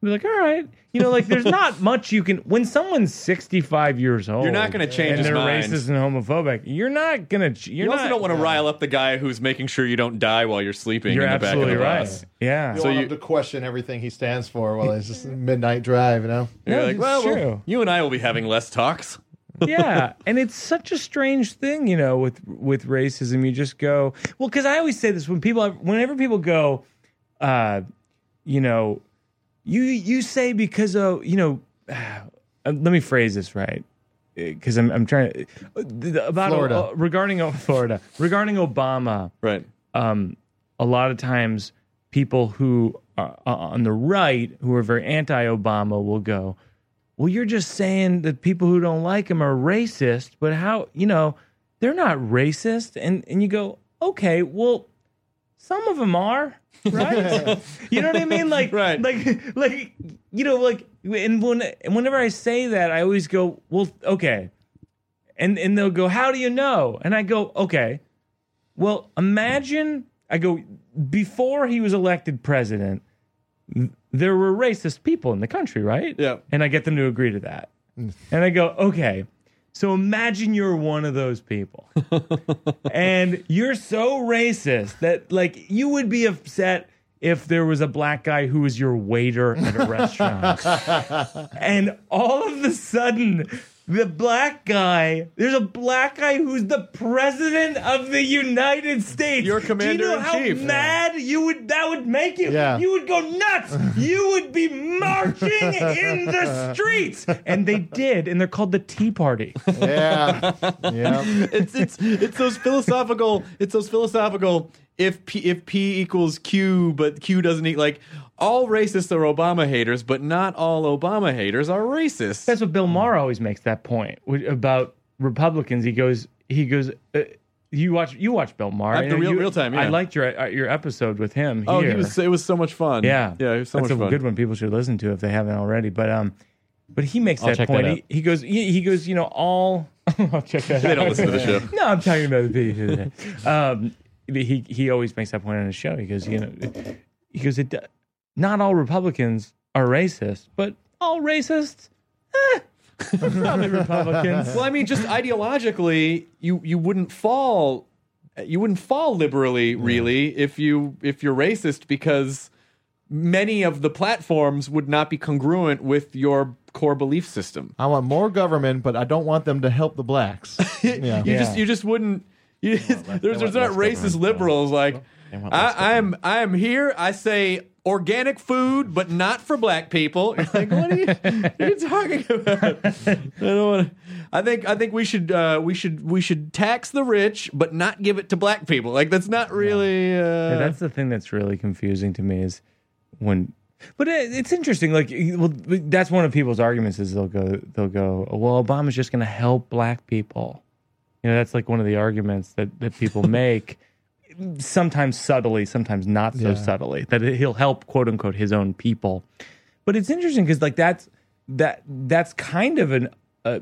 C: Be like, all right, you know, like there's not much you can. When someone's 65 years old,
A: You're not gonna change
C: and
A: his
C: they're
A: mind.
C: racist and homophobic. You're not gonna. ch-
A: you
C: You're not,
A: also don't want to rile up the guy who's making sure you don't die while you're sleeping
C: You're
A: in the back of
C: absolutely
A: the
C: right.
A: bus.
C: Yeah.
F: You
A: So
F: want
A: you-
F: him to question everything he stands for while it's just midnight drive. You know.
A: You're
C: No,
A: like,
C: it's
A: well, well,
C: true.
A: you and I will be having less talks.
C: yeah and it's such a strange thing you know with with racism you just go well because i always say this when people whenever people go uh you know you you say because of you know uh, let me phrase this right because I'm, I'm trying to uh, about
F: Florida.
C: regarding oh, Florida regarding Obama
A: Right.
C: um, a lot of times people who are on the right who are very anti-obama will go well you're just saying that people who don't like him are racist but how you know they're not racist and and you go okay well some of them are right you know what i mean like
A: Right.
C: like like you know like and when and whenever i say that i always go well okay and and they'll go how do you know and i go okay well, imagine I go before he was elected president, th- there were racist people in the country, right?
A: Yeah.
C: And I get them to agree to that. and I go, okay. So imagine you're one of those people. and you're so racist that like you would be upset if there was a black guy who was your waiter at a restaurant and all of a sudden the black guy there's a black guy who's the president of the united states
A: Your
C: do you know how
A: commander-in-chief.
C: mad you would that would make you
F: Yeah.
C: you would go nuts you would be marching in the streets and they did and they're called the tea party
F: Yeah. yeah.
A: it's it's it's those philosophical it's those philosophical if p if p equals q but q doesn't eat like all racists are obama haters but not all obama haters are racist
C: That's what Bill Maher always makes that point which, about Republicans. He goes, he goes. Uh, you watch, you watch Bill Maher.
A: Uh,
C: You
A: the
C: know,
A: real-
C: you-
A: real time,
C: I
A: yeah.
C: liked your uh, your episode with him.
A: oh
C: here.
A: he was it was so much fun
C: yeah,
A: yeah it was so
C: That's
A: much
C: a
A: fun
C: good one. People should listen to if they haven't already. But um, but he makes
G: I'll
C: that
G: check that
C: point.
G: out.
C: he, he goes, he, he goes. You know, all. I'll check that.
A: they don't listen to the show
C: No, I'm talking about the people. um, he he always makes that point on his show. He goes, you know, he goes, it, not all Republicans are racist, but all racists, eh, probably Republicans.
A: Well, I mean, just ideologically, you you wouldn't fall you wouldn't fall liberally really if you if you're racist because many of the platforms would not be congruent with your core belief system.
F: I want more government, but I don't want them to help the blacks. Yeah.
A: You just you just wouldn't you just, there's there's not racist liberals like
G: want less
A: I, I'm I'm here. I say organic food, but not for black people. You're like, what are you, what are you talking about? I don't want. to I think I think we should uh, we should we should tax the rich, but not give it to black people. Like that's not really. Uh,
C: Yeah, that's the thing that's really confusing to me is when but it, it's interesting like you- well that's one of people's arguments is they'll go they'll go well obama's just going to help black people you know that's like one of the arguments that that people make sometimes subtly sometimes not so
F: Yeah.
C: subtly that it- he'll help quote unquote his own people but it's interesting because like that's that that's kind of an uh,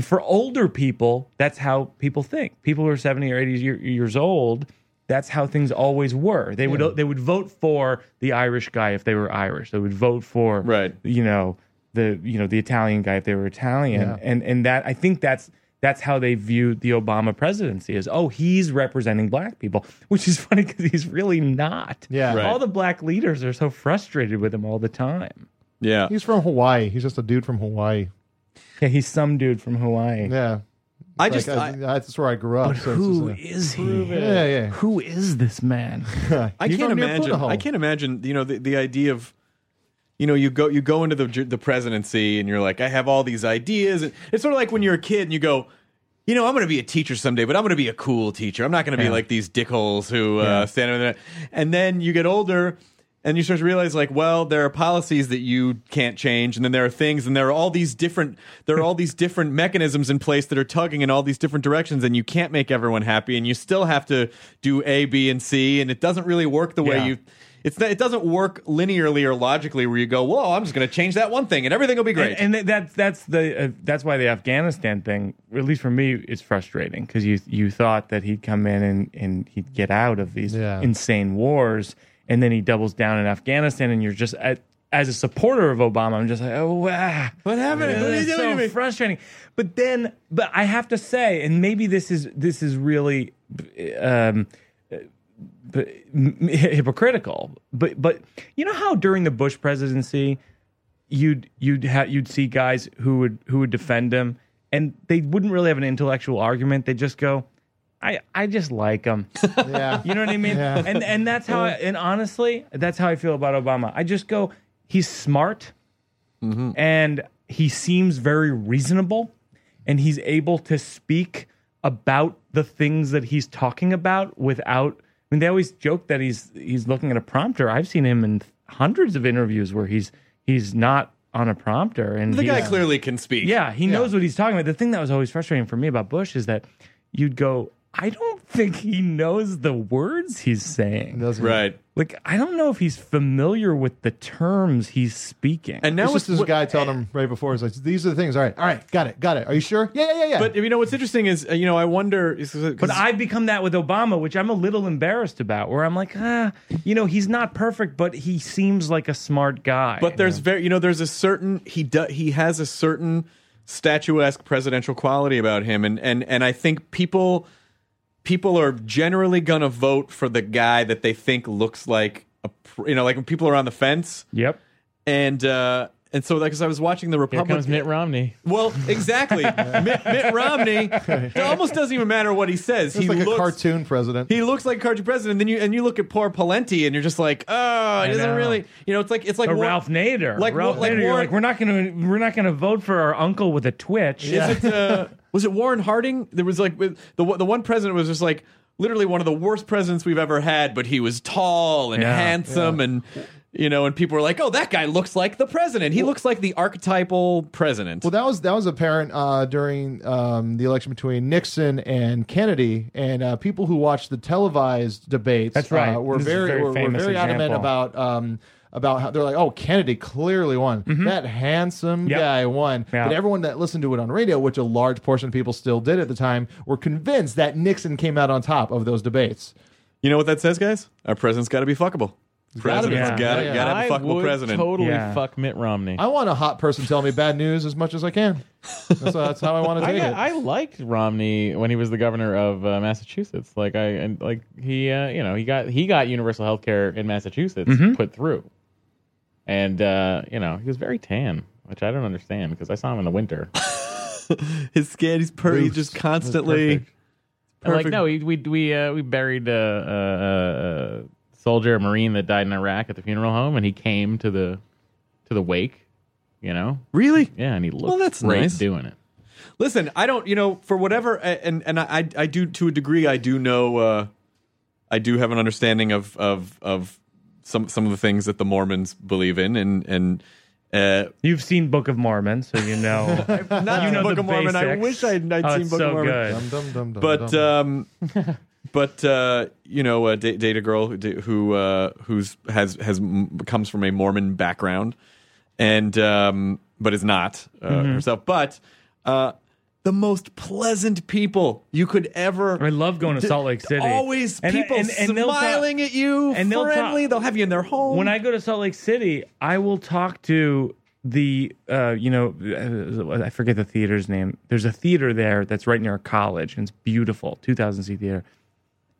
C: for older people, that's how people think. People who are 70 or 80 year, years old, that's how things always were. They would they would vote for the Irish guy if they were Irish. They would vote for
A: Right.
C: you know, the you know, the Italian guy if they were Italian.
F: Yeah.
C: And and that I think that's that's how they viewed the Obama presidency as oh, he's representing black people, which is funny because he's really not.
F: Yeah. Right.
C: All the black leaders are so frustrated with him all the time.
A: yeah.
F: He's from Hawaii. He's just a dude from Hawaii.
C: Yeah, he's some dude from Hawaii.
F: Yeah.
A: I
F: Like,
A: just I,
F: that's where I grew up.
C: But
F: so it's
C: who
F: just a-
C: is he?
F: yeah, yeah.
C: Who is this man?
A: I
F: You
A: can't
F: don't need a
A: imagine.
F: bullet hole.
A: I can't imagine. You know, the, the idea of, you know, you go you go into the ju- the presidency and you're like, I have all these ideas. And it's sort of like when you're a kid and you go, you know, I'm going to be a teacher someday, but I'm going to be a cool teacher. I'm not going to be like these dickholes who uh, stand over there. And then you get older. And you start to realize, like, well, there are policies that you can't change, and then there are things, and there are all these different, there are all these different mechanisms in place that are tugging in all these different directions, and you can't make everyone happy, and you still have to do A, B, and C, and it doesn't really work the way
C: Yeah.
A: you it's not, it doesn't work linearly or logically where you go, whoa, I'm just going to change that one thing and everything will be great.
C: And, and that that's the uh, that's why the Afghanistan thing, at least for me, is frustrating because you you thought that he'd come in and, and he'd get out of these
F: Yeah.
C: insane wars, and then he doubles down in Afghanistan, and you're just at, as a supporter of Obama, I'm just like, oh wow,
A: What happened?
C: Yeah,
A: What are you
C: that's
A: doing
C: so
A: to me?
C: frustrating. But then, but I have to say, and maybe this is this is really. Um, but m- hypocritical. But but you know how during the Bush presidency, you'd you'd ha- you'd see guys who would who would defend him, and they wouldn't really have an intellectual argument. They would just go, I I just like him.
F: Yeah.
C: You know what I mean?
F: Yeah.
C: And and that's how. I, and honestly, that's how I feel about Obama. I just go, he's smart, and he seems very reasonable, and he's able to speak about the things that he's talking about without. I mean, they always joke that he's he's looking at a prompter. I've seen him in hundreds of interviews where he's he's not on a prompter, and
A: the guy
C: he's-
A: clearly can speak.
C: yeah, he knows what he's talking about. The thing that was always frustrating for me about Bush is that you'd go, I don't think he knows the words he's saying.
F: Doesn't-
A: Right.
C: Like, I don't know if he's familiar with the terms he's speaking.
A: And now
F: It's just
A: it's-
F: this guy telling him right before. He's like, "These are the things. All right, all right, got it, got it. Are you sure? Yeah, yeah, yeah, yeah."
A: But you know what's interesting is uh, you know I wonder. is- is- 'cause-
C: but I've become that with Obama, which I'm a little embarrassed about, where I'm like, ah, you know, he's not perfect, but he seems like a smart guy.
A: But there's very, you know, there's a certain he do, he has a certain statuesque presidential quality about him, and and and I think people people are generally gonna vote for the guy that they think looks like a pr- you know like when people are on the fence
C: Yep.
A: and uh and so like as I was watching the
G: Here
A: Republican
G: comes Mitt Romney.
A: Well, exactly. Mitt, Mitt Romney. It almost doesn't even matter what he says.
F: it's
A: he
F: like
A: looks
F: a cartoon president.
A: He looks like a cartoon president. And then you and you look at poor Palenti, and you're just like, oh, it doesn't
C: know.
A: really. You know, it's like it's like
C: Or
A: War-
C: Ralph Nader.
A: like
C: Ralph
A: Wa- like
C: Nader, you're
A: Warren-
C: like, we're not gonna we're not gonna vote for our uncle with a twitch.
A: Is it, uh, was it Warren Harding? There was like with- the one- the one president was just like literally one of the worst presidents we've ever had, but he was tall and
C: Yeah.
A: handsome and. You know, and people were like, "Oh, that guy looks like the president. He looks like the archetypal president."
F: Well, that was that was apparent uh, during um, the election between Nixon and Kennedy, and uh, people who watched the televised debates.
C: That's right.
F: Uh, were
C: This is a
F: very,
C: very
F: were, were
C: famous
F: very adamant
C: example.
F: about um, about how they're like, oh, Kennedy clearly won. That handsome
C: Mm-hmm. Yep.
F: guy won.
C: Yeah.
F: But everyone that listened to it on radio, which a large portion of people still did at the time, were convinced that Nixon came out on top of those debates.
A: you know what that says, guys? Our president's got to be fuckable. President,
C: Yeah.
A: got to
F: Yeah.
A: got to have a
G: I
A: fuckable
G: would
A: president.
G: totally
C: Yeah.
G: fuck Mitt Romney.
F: I want a hot person telling me bad news as much as I can. That's, that's how I want to
G: I,
F: take
G: got-
F: it.
G: I liked Romney when he was the governor of uh, Massachusetts. Like I and like he, uh, you know, he got he got universal health care in Massachusetts
A: Mm-hmm.
G: put through, and uh, you know he was very tan, which I don't understand because I saw him in the winter.
A: His skin, he's, per- he's just constantly.
F: perfect.
G: And, like
A: Perfect.
G: no, we we we uh, we buried uh, uh, uh, a soldier, a marine that died in Iraq at the funeral home, and he came to the to the wake, you know,
A: Really?
G: yeah, and he looked
A: Well, that's
G: great
A: nice.
G: doing it.
A: Listen, I don't, you know, for whatever, and and I, I- I do to a degree, I do know, uh, I do have an understanding of of of some some of the things that the Mormons believe in, and and uh,
C: You've seen Book of Mormon, so you know.
A: not
C: You
A: the
C: know
A: Book
C: the
A: of Mormon. I
C: basics.
A: wish I'd, I'd
C: Oh,
A: seen
C: it's
A: Book
C: so
A: of Mormon.
C: good.
F: Dum, dum, dum, dum,
A: but
F: dum.
A: um, but uh, you know, a da- data girl who da- who uh, who's has has m- comes from a Mormon background, and um, but is not uh,
C: Mm-hmm.
A: herself. But uh, the most pleasant people you could ever.
C: I love going to
A: D-
C: Salt Lake City.
A: Always
C: And-
A: people
C: and- and they'll talk-
A: smiling at you,
C: and they'll talk-
A: friendly. They'll have you in their home.
C: when I go to Salt Lake City, I will talk to the uh, you know uh, I forget the theater's name. There's a theater there that's right near a college, and it's beautiful, 2,000 seat theater.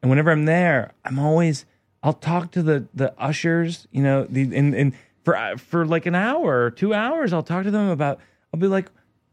C: And whenever I'm there, I'm always I'll talk to the the ushers, you know, the and and for for like an hour, or two hours, I'll talk to them about. I'll be like.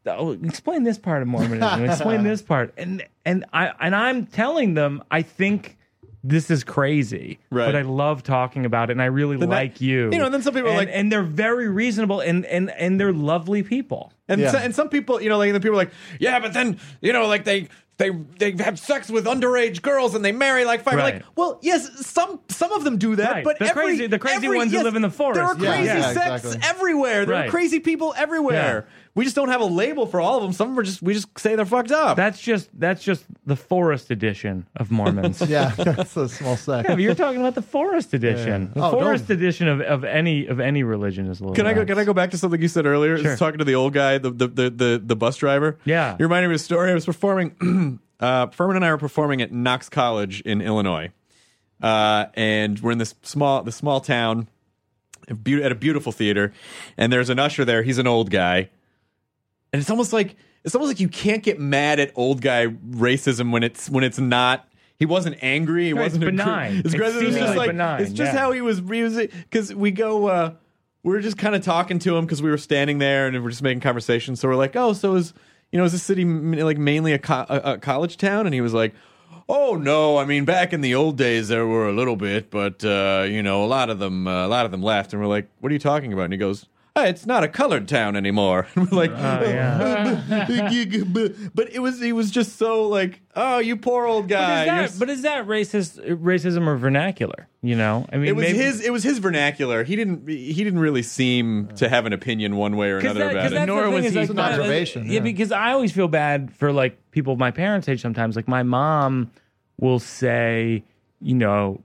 C: Oh, explain this part of Mormonism. explain this part, and and I and I'm telling them I think this is crazy,
A: Right.
C: but I love talking about it, and I really
A: that-
C: like you.
A: You know, and then some people are
C: And-
A: like-
C: and they're very reasonable, and and and they're lovely people.
A: And
F: Yeah.
A: so, and some people, you know, like the people are like, yeah, but then you know, like they they they have sex with underage girls and they marry like five.
C: Right.
A: Like, well, yes, some some of them do that,
C: Right.
A: but
C: The
A: every,
C: crazy- the crazy
A: every-
C: ones who
A: yes,
C: live in the
A: There are
C: forest.
F: Yeah.
A: crazy
F: Yeah,
A: sex
F: exactly.
A: everywhere. There are
C: Right.
A: crazy people everywhere. We just don't have a label for all of them. Some of them are just we just say they're fucked up.
C: That's just that's just the forest edition of Mormons.
F: yeah, that's a small sec.
C: Yeah, but you're talking about the forest edition. The
F: Oh, don't-
C: forest edition of, of any of any religion is a little.
A: Can I go?
C: nuts.
A: Can I go back to something you said earlier? Just talking to the old guy, the the the the, the bus driver.
C: Yeah.
A: you reminded me of a story. I was performing. uh, Furman and I were performing at Knox College in Illinois, uh, and we're in this small the small town, a beau- at a beautiful theater, and there's an usher there. He's an old guy, and it's almost like it's almost like you can't get mad at old guy racism when it's when it's not. He wasn't angry. He
C: Right, it's
A: wasn't aggra-
C: benign.
A: It's,
C: It's
A: aggressive. It was just
C: seemingly
A: like
C: benign,
A: it's just
C: yeah.
A: how he was because we go. Uh, we were just kind of talking to him because we were standing there and we we're just making conversation. So we're like, oh, so is you know is this city m- like mainly a, co- a, a college town? And he was like. Oh no! I mean, back in the old days, there were a little bit, but uh, you know, a lot of them, uh, a lot of them left, and we're like, "What are you talking about?" And he goes, "Hey, "It's not a colored town anymore." And we're like, "But it was, he was just so like, oh, you poor old
C: But
A: guy."
C: is,
A: You're
C: that,
A: s-
C: but is that racist racism or vernacular? You know, I mean,
A: it was
C: maybe,
A: his it was his vernacular. He didn't he didn't really seem to have an opinion one way or
C: Because
A: another
C: that-
A: about
C: 'cause
A: it.
C: that's the
G: Nor
C: thing
G: was
C: is,
G: he-
C: like,
G: It's an
C: my-
F: observation,
C: Yeah.
F: yeah.
C: because I always feel bad for like people my parents' age sometimes. Like my mom will say, you know,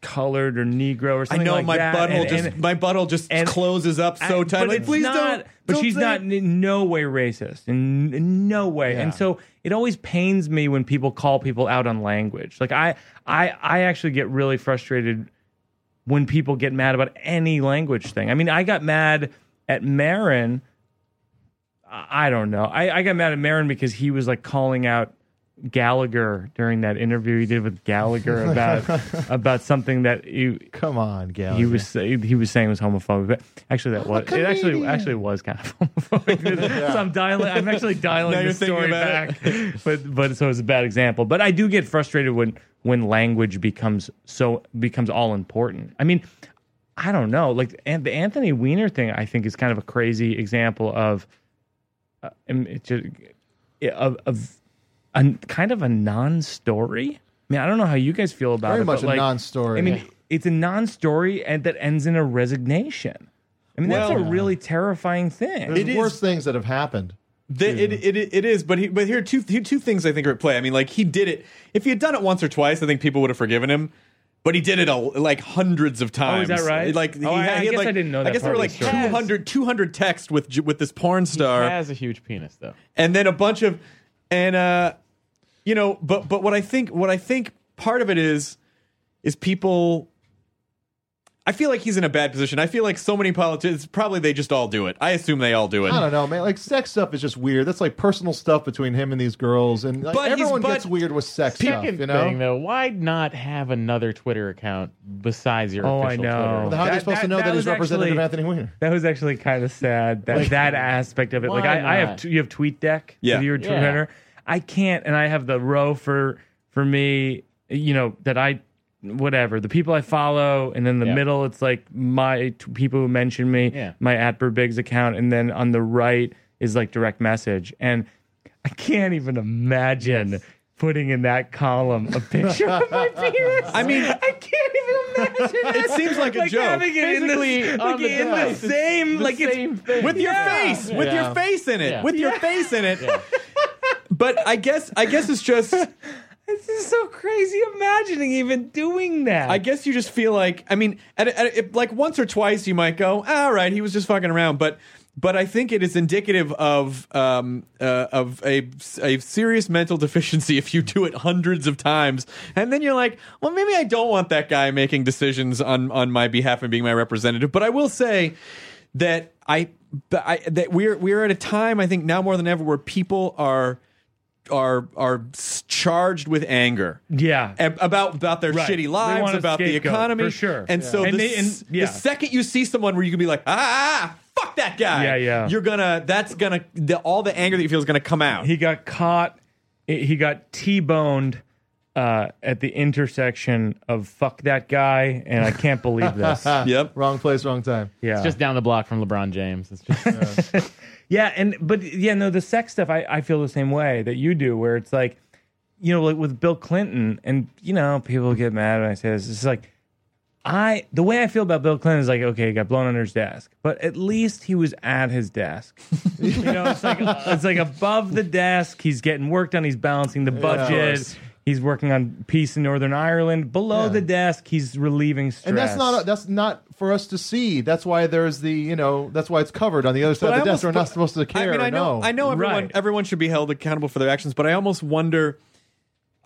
C: colored or Negro or
A: I
C: something
A: know
C: like
A: my
C: that.
A: butthole
C: and-
A: just
C: and-
A: my butthole just
C: and-
A: closes up so
C: I-
A: tight.
C: But
A: Like,
C: it's
A: please
C: not,
A: don't.
C: But
A: don't
C: she's
A: say
C: not
A: it."
C: in- in no way racist, in, in no way. And so it always pains me when people call people out on language. Like I, I, I actually get really frustrated when people get mad about any language thing. I mean, I got mad at Marin. I I don't know. I, I got mad at Marin because he was like calling out Gallagher during that interview he did with Gallagher about about something that you
F: Come on, Gallagher.
C: he was say- he was saying it was homophobic. But actually, that was it. Actually, actually was kind of homophobic. So I'm dialing. I'm actually
A: Now
C: dialing
A: you're
C: the
A: thinking
C: story
A: about
C: back. but but so it's a bad example. But I do get frustrated when when language becomes so becomes all important. I mean, I don't know. Like and the Anthony Weiner thing, I think is kind of a crazy example of, uh, um, it just, yeah, of of a kind of a non-story. I mean, I don't know how you guys feel about
F: Very
C: it.
F: much
C: but,
F: a
C: like,
F: non-story.
C: I mean,
F: Yeah.
C: it's a non-story and that ends in a resignation. I mean, that's a really terrifying thing.
F: There's
A: It is-
F: worse things that have happened.
A: The- it, it, it is, but he, but here are two here are two things I think are at play. I mean, like he did it. If he had done it once or twice, I think people would have forgiven him. But he did it a, like hundreds of times.
C: that right?
A: Like he
C: Oh, I-
A: had,
C: I
A: he had,
C: guess
A: like,
C: I didn't know that
A: I guess there
C: part
A: were
C: of
A: like
C: the story.
A: 200, 200 texts with J- with this porn star.
G: Has a huge penis though.
A: and then a bunch of and uh you know but but what i think what i think part of it is is people I feel like he's in a bad position. I feel like so many politicians probably they just all do it. I assume they all do it.
F: I don't know, man. Like sex stuff is just weird. That's like personal stuff between him and these girls, and like,
A: But he's-
F: everyone
A: but-
F: gets weird with sex stuff.
G: Second
F: You know,
G: thing though, why not have another Twitter account besides your
C: Oh, I
G: official
C: know.
G: Twitter?
F: how are they
C: That-
F: supposed to
C: that-
F: know
C: that
F: that he's
C: was
F: representative of
C: actually-
F: Anthony Weiner?
C: That was actually kind of sad. That that aspect of it. Like
G: Why
C: I, I have
G: not?
C: t- you have TweetDeck. deck.
A: Yeah.
C: If you're a
G: Yeah.
C: Twitter, I can't, and I have the row for for me. You know that I whatever the people I follow, and then the
G: Yeah.
C: middle it's like my t- people who mention me,
G: Yeah.
C: my at Burbigs account, and then on the right is like direct message, and I can't even imagine. Putting in that column a picture of my penis. I
A: mean-
C: I can't even imagine.
A: It seems like a joke.
C: having it in the,
G: Basically, on
C: like
G: the
C: in the
G: device.
C: same,
G: The
C: like it's
G: same thing.
A: with your
C: Yeah.
A: face, with
F: Yeah.
A: your face in it,
G: Yeah.
A: with your face in it. But I guess I guess it's just
C: This is so crazy imagining even doing that.
A: I guess you just feel like I mean, at, at, it, like once or twice you might go, all right, he was just fucking around, but but I think it is indicative of um, uh, of a, a serious mental deficiency if you do it hundreds of times and then you're like, well, maybe I don't want that guy making decisions on on my behalf and being my representative. But I will say that I, but I that we're we're at a time I think now more than ever where people are are are s- charged with anger
C: yeah.
A: ab- about about their
C: Right. They
A: shitty lives,
C: want a
A: about the
C: scapegoat,
A: economy,
C: for sure.
A: And so
C: Yeah.
A: the,
C: And they- and-
A: s-
C: yeah.
A: the second you see someone where you can be like, ah, fuck that guy,
C: Yeah, yeah.
A: you're gonna that's gonna the, all the anger that you feel is gonna come out.
C: he got caught. i- He got T-boned uh, at the intersection of fuck that guy and I can't believe this. Yeah.
A: yep.
F: Wrong place, wrong time.
G: It's just down the block from LeBron James. It's just
C: Yeah, and but yeah, no, the sex stuff I, I feel the same way that you do, where it's like, you know, like with Bill Clinton, and you know, people get mad when I say this. It's like I the way I feel about Bill Clinton is like, okay, he got blown under his desk, but at least he was at his desk. you know, it's like it's like above the desk, he's getting worked on, he's balancing the budget.
F: course.
C: He's working on peace in Northern Ireland. Below
F: Yeah.
C: the desk, he's relieving stress.
F: And that's not that's not for us to see. That's why there's the you know that's why it's covered on the other side
A: But
F: of
A: I
F: the
A: almost-
F: desk. We're not
A: but-
F: supposed to
A: I
F: care.
A: mean, I know,
F: no.
A: I know everyone.
C: Right.
A: Everyone should be held accountable for their actions, but I almost wonder.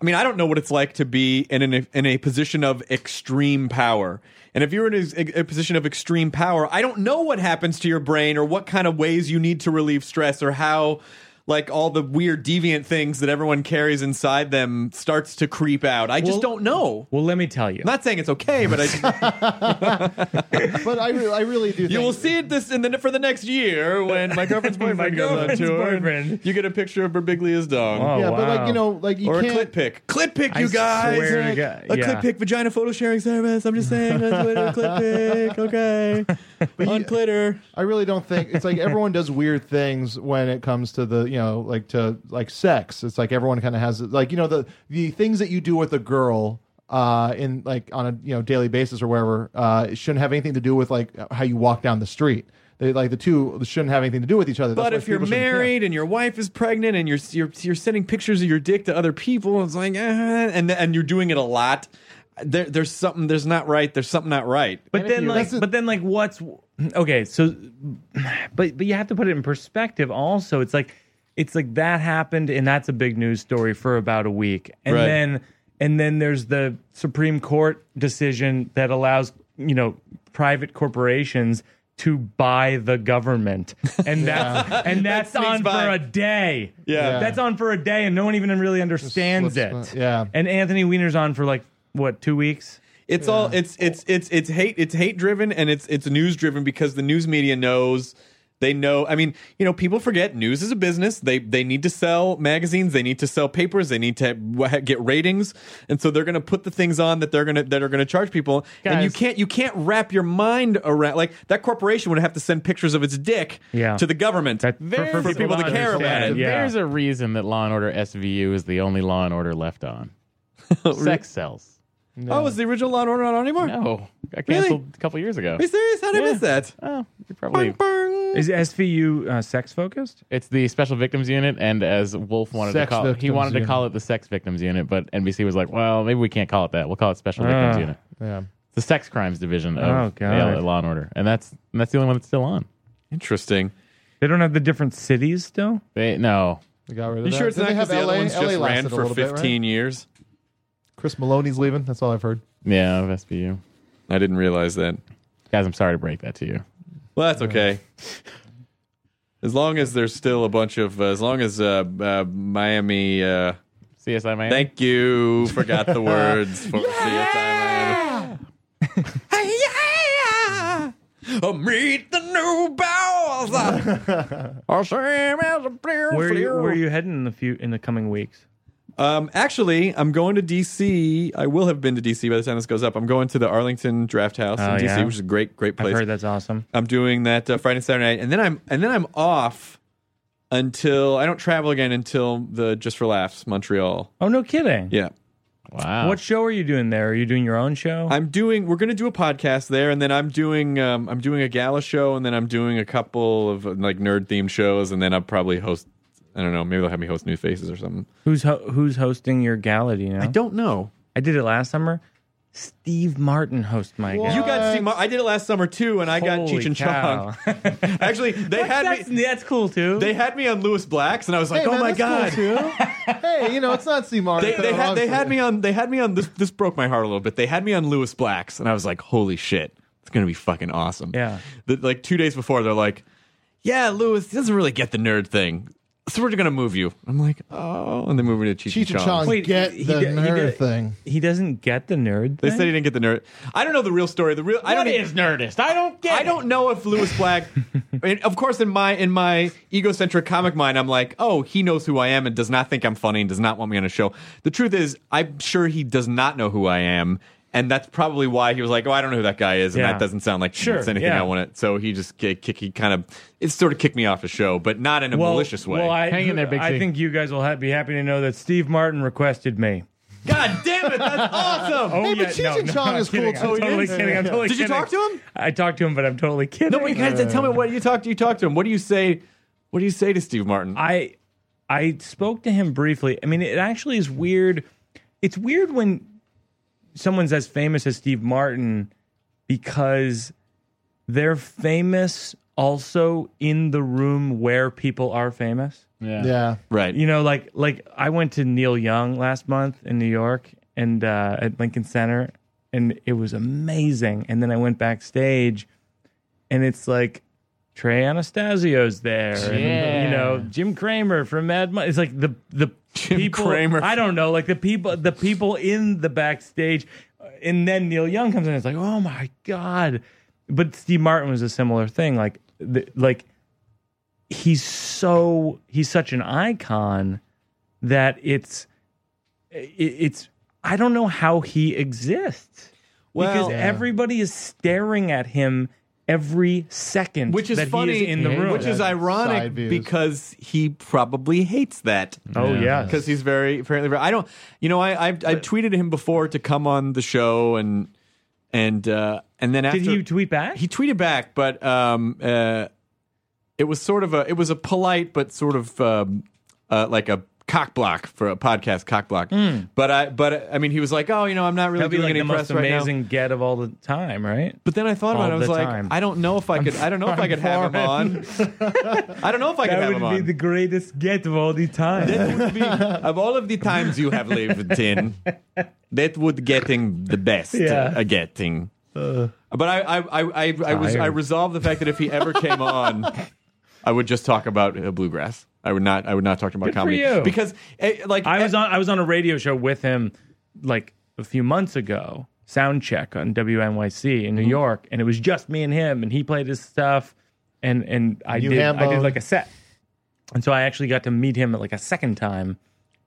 A: I mean, I don't know what it's like to be in an, in a position of extreme power. And if you're in a, a position of extreme power, I don't know what happens to your brain or what kind of ways you need to relieve stress or how like all the weird deviant things that everyone carries inside them starts to creep out. I just
C: Well-
A: don't know.
C: Well, let me tell you.
A: I'm not saying it's okay, but I,
F: But I, re- I really do. Think,
A: you will see it this in the for the next year when my girlfriend's boyfriend
C: My
A: goes on
C: girlfriend's
A: tour. and
C: boyfriend.
A: You get a picture of Berbiglia's dog.
C: Oh,
F: Yeah, but
C: wow.
F: like you know, like you
A: or a
F: can't.
A: clit pick. Clit pick, you
C: I
A: guys.
C: swear to God,
A: A
C: yeah.
A: clit pick vagina photo sharing service. I'm just saying on Twitter, clit pick. Okay. on Twitter.
F: I really don't think it's like everyone does weird things when it comes to the you know like to like sex. It's like everyone kind of has like you know the the things that you do with a girl uh in like on a you know daily basis or wherever uh it shouldn't have anything to do with like how you walk down the street. They like the two shouldn't have anything to do with each other. That's
A: But
F: why
A: if you're
F: people shouldn't care.
A: married and your wife is pregnant and you're, you're you're sending pictures of your dick to other people, it's like eh, and and you're doing it a lot. There, there's something there's not right. There's something not right.
C: But then, like, but then, like, what's okay? So, but but you have to put it in perspective. Also, it's like it's like that happened, and that's a big news story for about a week, and
A: Right.
C: then and then there's the Supreme Court decision that allows you know private corporations to buy the government, and that's and that's
A: sneaks
C: on for
A: by.
C: a day.
A: Yeah.
C: that's on for a day, and no one even really understands
F: slips
C: it.
F: by- yeah.
C: and Anthony Weiner's on for like what two weeks.
A: It's all it's it's it's it's hate it's hate driven and it's it's news driven because the news media knows they know I mean, you know, people forget news is a business. They they need to sell magazines, they need to sell papers, they need to wa- get ratings. And so they're going to put the things on that they're going to that are going to charge people. And you
G: Guys.
A: can't you can't wrap your mind around like that corporation would have to send pictures of its dick
C: Yeah.
A: to the government
C: That-
G: There's-
A: for, for people to
C: to
A: care about
C: understand,
A: it.
C: yeah.
G: There's a reason that Law and Order SVU is the only Law and Order left on. Sex sells.
A: Oh, is the original Law and Order not on anymore?
G: No, got
A: Really?
G: canceled a couple years ago.
A: Are you serious? How did I miss that?
G: Oh, you probably.
A: Bang.
C: Is SVU uh, sex focused?
G: It's the Special Victims Unit, and as Wolf wanted
F: Sex
G: to call, he
F: Victims
G: wanted to
F: Unit.
G: call it the Sex Victims Unit, but NBC was like, "Well, maybe we can't call it that. We'll call it Special Victims
C: Ah.
G: Unit."
F: Yeah.
G: It's the Sex Crimes Division
C: Oh,
G: of the
C: God.
G: Law and Order, and that's and that's the only one that's still on.
A: Interesting.
C: They don't have the different cities still.
G: They no,
F: They got rid of
A: You
F: that.
A: sure it's
F: Didn't
A: not because
F: they have
A: the
F: LA,
A: other ones
F: LA
A: just ran
F: lasted a
A: for
F: little bit, right?
A: 15 years?
F: Chris Maloney's leaving. That's all I've heard.
G: yeah, of SBU.
A: I didn't realize that.
G: Guys, I'm sorry to break that to you.
A: Well, that's okay. As long as there's still a bunch of, as long as uh, uh, Miami, uh,
G: CSI Miami.
A: thank you, forgot the words for yeah! yeah! Oh, meet the new Bowser. oh, same as a player.
C: Where are you, where are you heading in the few in the coming weeks?
A: Um, actually, I'm going to DC. I will have been to DC by the time this goes up. I'm going to the Arlington Draft House
C: Oh,
A: in DC,
C: yeah?
A: which is a great, great
C: I've
A: place.
C: heard that's awesome.
A: I'm doing that uh, Friday, and Saturday night, and then I'm and then I'm off until I don't travel again until the Just for Laughs Montreal.
C: Oh no, kidding.
A: Yeah,
G: wow.
C: What show are you doing there? Are you doing your own show?
A: I'm doing. We're gonna do a podcast there, and then I'm doing um, I'm doing a gala show, and then I'm doing a couple of uh, like nerd themed shows, and then I'll probably host. I don't know. Maybe they'll have me host New Faces or something.
C: who's ho- who's hosting your gala? Do you know?
A: I don't know.
C: I did it last summer. Steve Martin hosts my gala.
A: You got Steve Mar- I did it last summer too, and I got Cheech and Chong. Actually, they had
C: that's,
A: me.
C: that's cool too.
A: They had me on Lewis Blacks, and I was like,
F: Hey,
A: "Oh
F: man,
A: my
F: that's cool,
A: god!"
F: too. hey, you know, it's not Seymour.
A: they,
F: It could
A: they
F: have
A: had
F: belonged
A: they
F: to
A: had
F: you.
A: me on they had me on this this broke my heart a little bit. They had me on Lewis Blacks, and I was like, holy shit, it's gonna be fucking awesome.
C: Yeah.
A: The, like two days before, they're like, yeah, Lewis he doesn't really get the nerd thing, so we're just gonna move you. I'm like, oh, and they moved me to Cheech,
F: Cheech and Chong.
C: Wait,
F: get
C: he- he
F: the
C: did- he
F: nerd
C: did-
F: thing.
C: he doesn't get the nerd.
A: They
C: thing?
A: said he didn't get the nerd. I don't know the real story. The real I don't
G: What
A: e-
G: is Nerdist? I don't get
A: I
G: it.
A: don't know if Lewis Black. I mean, of course, in my in my egocentric comic mind, I'm like, oh, he knows who I am and does not think I'm funny and does not want me on a show. The truth is, I'm sure he does not know who I am, and that's probably why he was like, oh, I don't know who that guy is, and
C: Yeah.
A: that doesn't sound like
C: Sure,
A: it's anything
C: yeah.
A: I want to. So he just kick, kick he kind of it sort of kicked me off the show, but not in a
C: well,
A: malicious way.
C: Well, I,
G: Hang in there, Big
C: I
G: C.
C: think you guys will ha- be happy to know that Steve Martin requested me.
A: God damn it, that's awesome.
C: Oh,
F: Hey, but Cheech and Chong
C: I'm
F: is cool,
C: kidding.
F: too.
C: I'm totally
F: Yeah.
C: kidding. I'm totally
A: Did you
C: kidding.
A: talk to him?
C: I talked to him, but I'm totally kidding.
A: No, but you guys didn't tell me what you talked. You talked to him. What do you say? What do you say to Steve Martin?
C: I I spoke to him briefly. I mean, it actually is weird. It's weird when someone's as famous as Steve Martin because they're famous also in the room where people are famous.
F: Yeah.
A: right.
C: You know, like like I went to Neil Young last month in New York and uh, at Lincoln Center, and it was amazing. And then I went backstage, and it's like Trey Anastasio's there, and
G: Yeah.
C: you know Jim Kramer from Mad Money. It's like the the people.
A: Kramer.
C: I don't know, like the people the people in the backstage, uh, and then Neil Young comes in. It's like, oh my god! But Steve Martin was a similar thing, like the, like he's so he's such an icon that it's it, it's I don't know how he exists because
A: Well-
C: everybody is staring at him every second,
A: which is
C: that
A: funny Mm-hmm.
C: he is in the room.
A: which is
F: Yeah.
A: ironic
F: Side views.
A: because he probably hates that
C: oh yeah,
A: because he's very apparently very, I don't you know I I've, I've tweeted him before to come on the show and and uh and then after
C: did he tweet back?
A: he tweeted back but um uh it was sort of a it was a polite but sort of um, uh like a cock block for a podcast cock block but I but I mean he was like oh you know I'm not really
C: Hmm. That'd be
A: doing
C: like
A: any
C: the
A: press
C: most
A: right now.
C: amazing get of all the time, right?
A: But then I thought
C: all
A: about it. I was
C: the
A: like,
C: time.
A: I don't know if I could. I don't know if I could have him on. I don't know if I could have him on.
C: greatest get of all the time.
A: that would be of all of the times you have lived in. That would getting the best.
C: Yeah. Uh.
A: uh, getting. but I, I, I, I, I was I
C: Tired.
A: resolved the fact that if he ever came on, I would just talk about uh, bluegrass. I would not. I would not talk about
C: for
A: comedy
C: you.
A: because, eh, like,
C: I was
A: eh,
C: on I was on a radio show with him like a few months ago, sound check on WNYC
A: Mm-hmm.
C: in New York, and it was just me and him, and he played his stuff, and and I
F: You
C: did I did
F: ham-boned.
C: like a set, and so I actually got to meet him like a second time,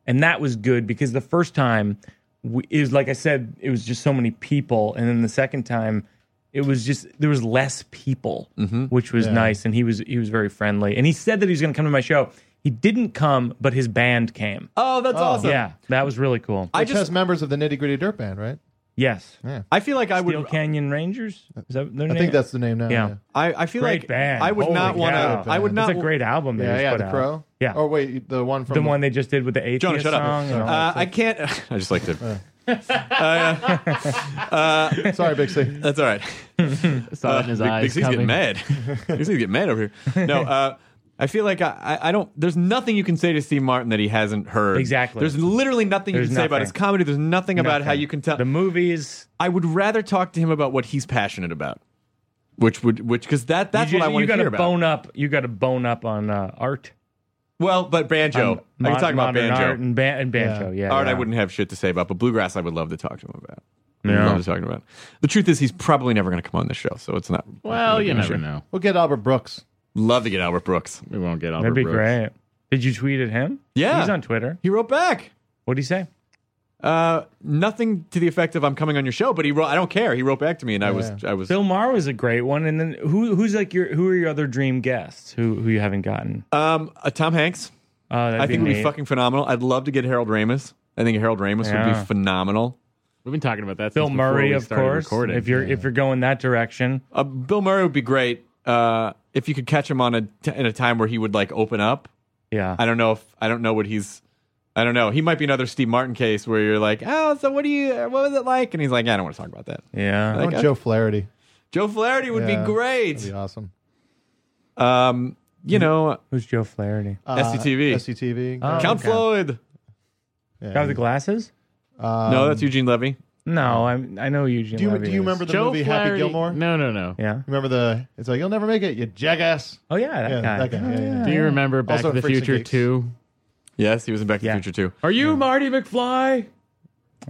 C: and that was good because the first time we, it was like I said, it was just so many people, and then the second time. It was just there was less people,
A: Mm-hmm.
C: which was nice, and he was he was very friendly. And he said that he was going to come to my show. He didn't come, but his band came.
A: Oh, that's awesome.
C: Yeah, that was really cool.
A: I
F: Which has
A: just.
F: members of the Nitty Gritty Dirt Band, right?
C: yes,
A: I feel like I would.
C: Steel Canyon Rangers. Is that their
F: I
C: name?
F: think that's the name now.
C: Yeah.
F: yeah.
A: I, I feel
C: great
A: like
C: band.
A: I would
C: Holy
A: not want
C: cow.
A: to. I would not.
C: That's a great album. They
F: Yeah,
C: just
F: yeah,
C: put
F: the
C: out.
F: crow.
C: Yeah,
F: Or Oh, wait, the one from
C: the one they just did with the atheist
A: Jonah, shut up.
C: song. Uh. and all
A: Uh,
C: that
A: I
C: stuff.
A: can't. I just like to.
F: Sorry, Bixie.
A: That's all right.
G: Saw it in his
A: Big,
G: eyes
A: Big C's getting
G: coming.
A: mad. Big C's getting mad over here. No, uh, I feel like I, I I don't. There's nothing you can say to Steve Martin that he hasn't heard.
C: Exactly.
A: There's literally nothing
C: There's
A: you can say about
C: nothing.
A: his comedy. There's nothing, about how
C: Nothing.
A: you can tell.
C: the movies.
A: I would rather talk to him about what he's passionate about, which would which because that that's
C: you
A: what I
C: ju-
A: want
C: You
A: to
C: got
A: hear
C: to
A: about.
C: bone up. You got to bone up on uh, art.
A: well, but banjo. I
C: Mod-
A: can talk about
C: modern
A: banjo.
C: art and, ban- and banjo. Yeah,
A: art
C: yeah.
A: I wouldn't have shit to say about, but bluegrass I would love to talk to him about.
C: Yeah.
A: Love to talk about. The truth is he's probably never going to come on this show, so it's not.
G: Well, you never
A: Sure.
G: know.
F: We'll get Albert Brooks.
A: Love to get Albert Brooks.
G: We won't get Albert
C: That'd be
G: Brooks.
C: great. Did you tweet at him?
A: Yeah.
C: he's on Twitter.
A: He wrote back.
C: What would he say?
A: Uh, nothing to the effect of "I'm coming on your show," but he wrote. I don't care. He wrote back to me, and I was, I was.
C: Bill Maher was a great one. And then who who's like your who are your other dream guests? Who who you haven't gotten?
A: Um, uh, Tom Hanks.
C: Uh, that'd
A: I think would be
C: neat.
A: fucking phenomenal. I'd love to get Harold Ramis. I think Harold Ramis would
C: Yeah.
A: be phenomenal.
G: We've been talking about that.
C: Bill
G: since before
C: Murray,
G: we
C: of
G: started
C: course.
G: Recording.
C: If you're if you're going that direction,
A: Uh, Bill Murray would be great. Uh, if you could catch him on a t- in a time where he would like open up.
C: yeah.
A: I don't know if I don't know what he's. I don't know. He might be another Steve Martin case where you're like, oh, so what do you? What was it like? And he's like, I don't want to talk about that.
C: yeah.
F: I want
A: Okay.
F: Joe Flaherty.
A: Joe Flaherty would
F: Yeah.
A: be
F: That'd Mm-hmm.
A: great.
F: be awesome.
A: Um, you know,
C: Who's Joe Flaherty?
F: Uh,
A: SCTV.
F: SCTV.
C: Oh,
A: Count
C: okay.
A: Floyd.
F: Yeah.
C: Guy with the glasses?
F: Um,
A: no, that's Eugene Levy.
C: No, I'm. I know Eugene.
F: Do you,
C: Levy
F: do you
C: is.
F: remember the
G: Joe
F: movie Happy
G: Flaherty-
F: Gilmore?
G: No, no, no.
C: Yeah.
F: Remember the? It's like you'll never make it, you jackass.
C: Oh yeah, that
F: Yeah,
C: guy.
F: that guy,
C: Oh,
F: yeah, yeah.
G: Do you remember Back
F: Also
G: to the
F: Freaks and
G: Future
F: Geeks.
G: Two?
A: Yes, he was in Back to
C: Yeah.
A: the Future too.
G: Are you Marty McFly?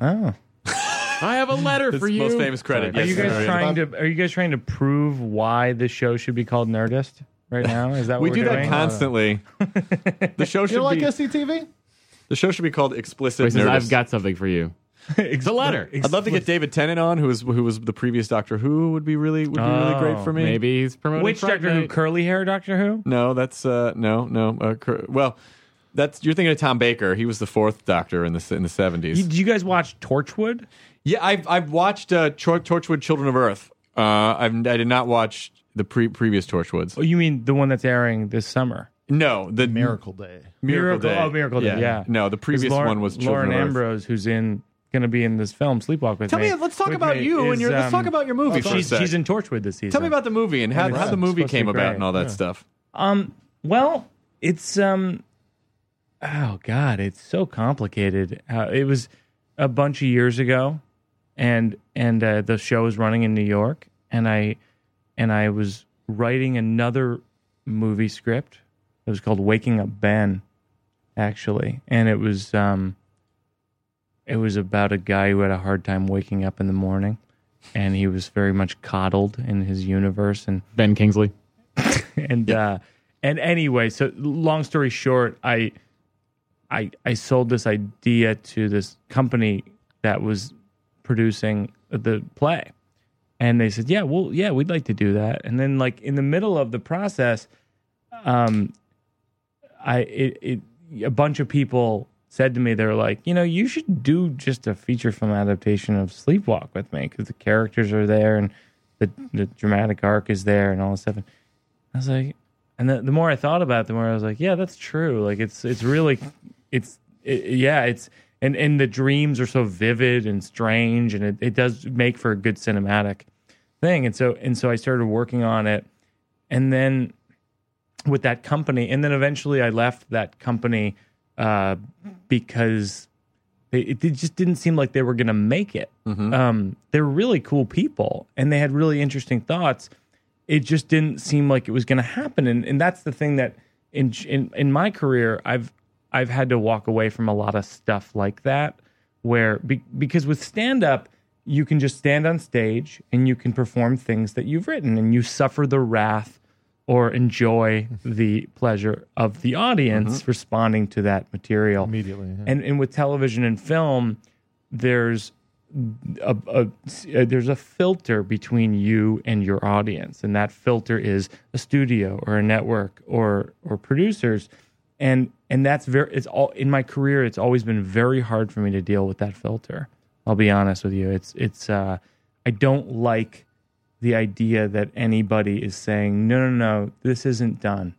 C: Oh.
G: I have a letter
A: His
G: for you.
A: most famous credit.
C: Are
A: yes.
C: you guys
A: Sorry.
C: trying to? Are you guys trying to prove why this show should be called Nerdist right now? Is that what
A: We
C: we're
A: do that
C: doing?
A: constantly. the show
F: You
A: should
F: don't like
A: be
F: SCTV?
A: the show should be called explicit.
G: Wait, says,
A: Nerdist.
G: I've got something for you. It's a letter.
A: I'd love to get David Tennant on, who was who was the previous Doctor Who would be really would be really great
C: Oh,
A: for me.
G: Maybe he's promoting
C: Which
G: Friday
C: Doctor Who?
G: Night.
C: Curly hair Doctor Who?
A: No, that's uh, no, no. Uh, cur- well, that's you're thinking of Tom Baker. He was the fourth Doctor in the in the
C: You,
A: seventies.
C: do you guys watch Torchwood?
A: Yeah, I've I've watched uh, Tor- Torchwood: Children of Earth. Uh, I've, I did not watch the pre- previous Torchwoods.
C: Oh, you mean the one that's airing this summer?
A: No, the
F: Miracle Day.
A: Miracle Day.
C: Oh, Miracle Day. Yeah.
A: No, the
C: 'Cause
A: previous
C: Lauren-
A: one was Children
C: Lauren
A: of Earth.
C: Ambrose, who's in going to be in this film Sleepwalk with
A: Tell
C: me.
A: me, let's talk
C: with
A: about
C: me
A: you and
C: is,
A: your. let's
C: um,
A: talk about your movie for a
C: She's,
A: sec.
C: she's in Torchwood this season.
A: Tell me about the movie and how,
F: it's
A: how the
F: supposed
A: movie
C: to be
A: came about
C: great.
A: and all that stuff.
C: Um. Well, it's um. Oh God, it's so complicated. Uh, it was a bunch of years ago, and and uh, the show was running in New York, and I and I was writing another movie script. It was called Waking Up Ben, actually, and it was um. It was about a guy who had a hard time waking up in the morning, and he was very much coddled in his universe, and
G: Ben Kingsley.
C: and uh and anyway so long story short i i i sold this idea to this company that was producing the play and they said yeah well yeah we'd like to do that and then like in the middle of the process um i it, it a bunch of people said to me they're like you know you should do just a feature film adaptation of sleepwalk with me because the characters are there and the, the dramatic arc is there and all this stuff and I was like, and the, the more I thought about it, the more I was like, yeah, that's true. Like it's it's really, it's it, yeah, it's and and the dreams are so vivid and strange, and it, it does make for a good cinematic thing. And so and so I started working on it, and then with that company, and then eventually I left that company uh, because they, it did- just didn't seem like they were going to make it. Um, they were really cool people, and they had really interesting thoughts. It just didn't seem like it was going to happen, and and that's the thing that in in in my career I've I've had to walk away from a lot of stuff like that, where be, because with stand up you can just stand on stage and you can perform things that you've written, and you suffer the wrath or enjoy the pleasure of the audience responding to that material
F: Uh-huh. Immediately, yeah.
C: and and with television and film there's a, a- a- there's a filter between you and your audience and that filter is a studio or a network or or producers and and that's very it's all in my career it's always been very hard for me to deal with that filter i'll be honest with you it's it's uh i don't like the idea that anybody is saying no no no this isn't done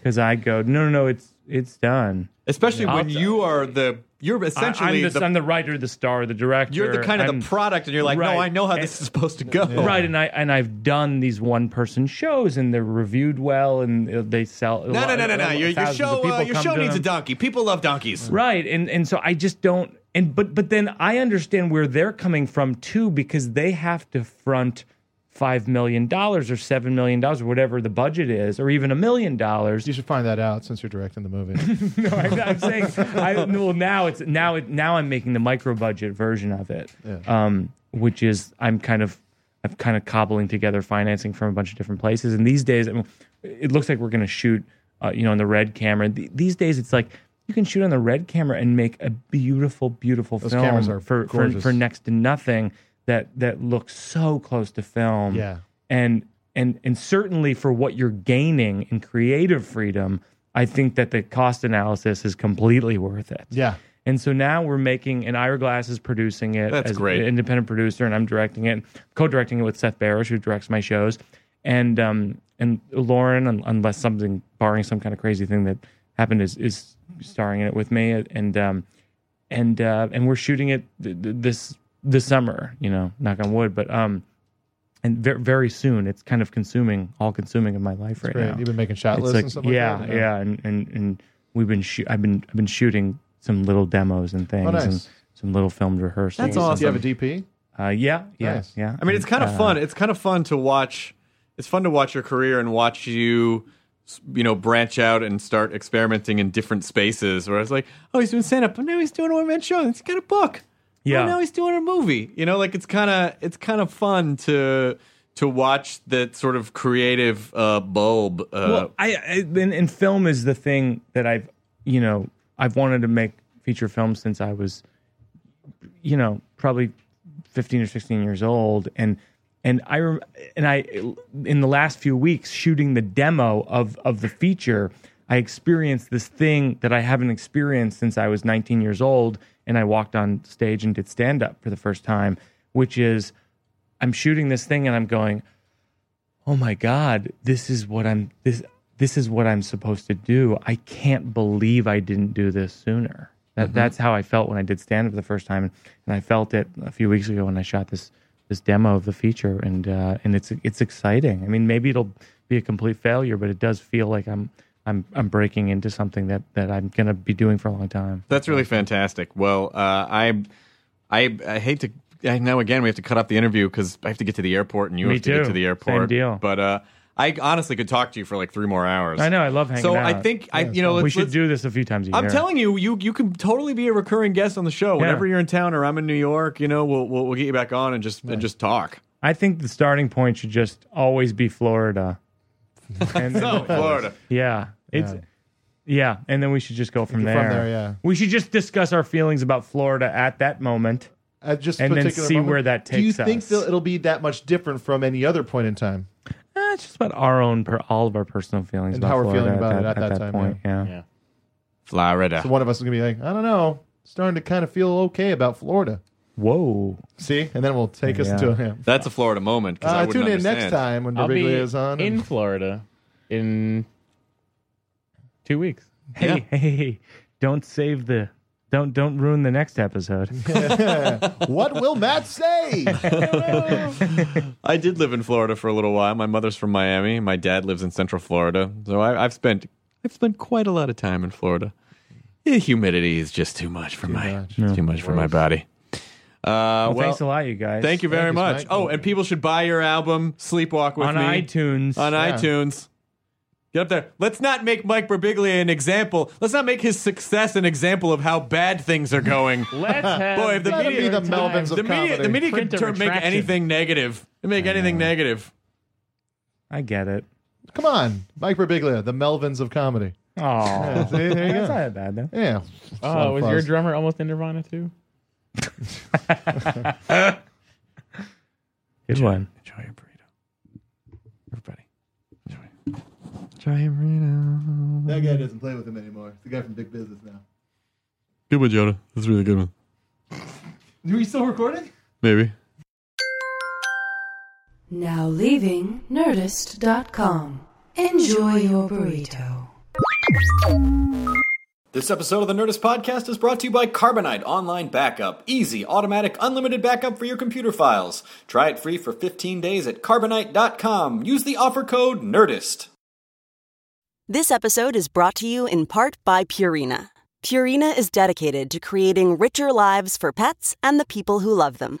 C: because i go no no no it's it's done
A: Especially when
C: I'll-
A: you are the you're
C: I, am
A: essentially
C: the,
A: the,
C: I'm the writer, the star, the director.
A: you're the kind of
C: I'm-
A: the product, and you're like,
C: Right.
A: no, I know how
C: And-
A: this is supposed to go.
C: Right, and I and I've done these one person shows, and they're reviewed well, and uh, they sell.
A: No, no, no, no, no. Your, your show, uh, your show needs a donkey. People love donkeys.
C: Right, and and so I just don't. And but but then I understand where they're coming from too, because they have to front five million dollars or seven million dollars or whatever the budget is, or even a million dollars.
F: You should find that out since you're directing the movie.
C: No, I, I'm saying, I, well, now it's now it now I'm making the micro budget version of it, um, which is I'm kind of I'm kind of cobbling together financing from a bunch of different places. And these days, I mean, it looks like we're going to shoot, uh, you know, on the red camera. Th- these days, it's like you can shoot on the red camera and make a beautiful, beautiful film
F: cameras are
C: for, for
F: gorgeous.
C: for next to nothing that that looks so close to film
F: Yeah.
C: and and and certainly for what you're gaining in creative freedom i think that the cost analysis is completely worth it
F: yeah.
C: and so now we're making and ira glass is producing it
A: That's
C: as
A: great.
C: an independent producer and i'm directing it co-directing it with seth barish who directs my shows and um and lauren un- unless something barring some kind of crazy thing that happened is is starring in it with me and um and uh and we're shooting it th- th- this this summer you know knock on wood but um and very, very soon it's kind of consuming all consuming of my life right
F: Great.
C: now
F: You've been making shot
C: It's
F: lists
C: like-
F: and stuff
C: yeah
F: like that.
C: yeah and and, and we've been shoo- i've been i've been shooting some little demos and things
F: nice.
C: and some little filmed rehearsals
A: That's
C: and-
A: awesome.
F: Do you have a DP?
C: uh, yeah yeah
F: Nice.
C: yeah
A: I mean, it's
C: Uh,
A: kind of fun. It's kind of fun to watch. It's fun to watch your career and watch you, s- you know, branch out and start experimenting in different spaces. Where it's like, oh, he's doing stand up, but now he's doing a one man show. He's got a book.
C: Yeah.
A: Oh, now he's doing a movie. You know, like it's kind of it's kind of fun to to watch that sort of creative uh, bulb. Uh,
C: well, I, I and, and film is the thing that I've you know I've wanted to make feature films since I was you know probably fifteen or sixteen years old, and and I rem- and I in the last few weeks shooting the demo of of the feature, I experienced this thing that I haven't experienced since I was nineteen years old, and I walked on stage and did stand up for the first time, which is I'm shooting this thing and I'm going oh my god this is what i'm this this is what i'm supposed to do i can't believe i didn't do this sooner that,
A: Mm-hmm.
C: that's how i felt when i did stand up the first time and, and i felt it a few weeks ago when i shot this this demo of the feature and uh and it's it's exciting i mean maybe it'll be a complete failure but it does feel like i'm i'm i'm breaking into something that that i'm gonna be doing for a long time
A: That's really fantastic. Well, uh, I, I, I hate to. I know again we have to cut off the interview because I have to get to the airport and you
C: Me
A: have to get
C: too.
A: to the airport.
C: Same deal.
A: But uh, I honestly could talk to you for like three more hours.
C: I know, I love hanging
A: so
C: out.
A: I think I, you know,
C: we
A: let's-
C: should
A: let's-
C: do this a few times a year
A: I'm telling you, you you can totally be a recurring guest on the show whenever you're in town or I'm in New York. You know, we'll we'll, we'll get you back on and just and just talk.
C: i think the starting point should just always be florida and,
A: No, Florida.
C: Yeah. It's yeah. and then we should just go from
F: go
C: there.
F: from there, yeah.
C: We should just discuss our feelings about Florida at that moment.
F: At just
C: And then
F: particular
C: see
F: moment.
C: where that
F: Do you
C: takes
F: think
C: us.
F: that it'll be that much different from any other point in time?
C: Eh, it's just about our own, per, all of our personal feelings
F: And
C: about
F: how we're
C: Florida
F: feeling about
C: at
F: it
C: that,
F: at that time,
C: point. Yeah.
G: Yeah.
A: Florida.
F: So one of us is gonna be like, I don't know, starting to kind of feel okay about Florida.
C: Whoa.
F: See, and then we'll take us
C: Yeah.
F: into him.
A: That's a Florida moment. 'cause I
F: Uh,
A: wouldn't
F: tune in next
A: understand.
F: time when
G: I'll be
F: Birbiglia is on.
G: in
F: and-
G: Florida in two weeks.
C: Hey, hey, hey, hey, don't save the, don't, don't ruin the next episode.
F: what will Matt say?
A: I did live in Florida for a little while. My mother's from Miami. My dad lives in Central Florida, so I, I've spent I've spent quite a lot of time in Florida. The humidity is just too much for my too much for my body. Uh, well,
C: well, thanks a lot, you guys.
A: Thank you very
F: you,
A: much.
F: Mike.
A: Oh, and people should buy your album "Sleepwalk with
C: On
A: Me"
C: iTunes.
A: on
F: Yeah.
A: iTunes. Get up there. Let's not make Mike Birbiglia an example. Let's not make his success an example of how bad things are going.
G: Let's have
A: Boy, if the
F: That'd
A: media
F: be the Melvins of
A: the media,
F: comedy.
A: the media can
G: Print a
A: turn, make
G: retraction.
A: anything negative. Make anything negative.
C: I get it.
F: Come on, Mike Birbiglia, the Melvins of comedy.
C: Oh,
F: See, there you
C: that's not
F: go.
C: that bad though.
F: Yeah.
G: Oh, was your
F: Fuzz.
G: drummer almost in Nirvana too?
C: Good one.
A: Enjoy your burrito. Everybody. Enjoy. Enjoy your burrito.
F: That guy doesn't play with him anymore. It's the guy from Big Business now.
A: Good one, Yoda. That's a really good one.
F: Are we still recording?
A: Maybe.
H: Now leaving Nerdist.com. Enjoy your burrito.
A: This episode of the Nerdist Podcast is brought to you by Carbonite Online Backup. Easy, automatic, unlimited backup for your computer files. Try it free for 15 days at carbonite.com. Use the offer code NERDIST.
I: This episode is brought to you in part by Purina. Purina is dedicated to creating richer lives for pets and the people who love them.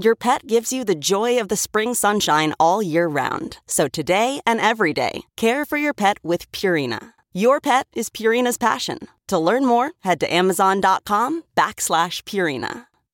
I: Your pet gives you the joy of the spring sunshine all year round. So today and every day, care for your pet with Purina. Your pet is Purina's passion. To learn more, head to amazon.com backslash Purina.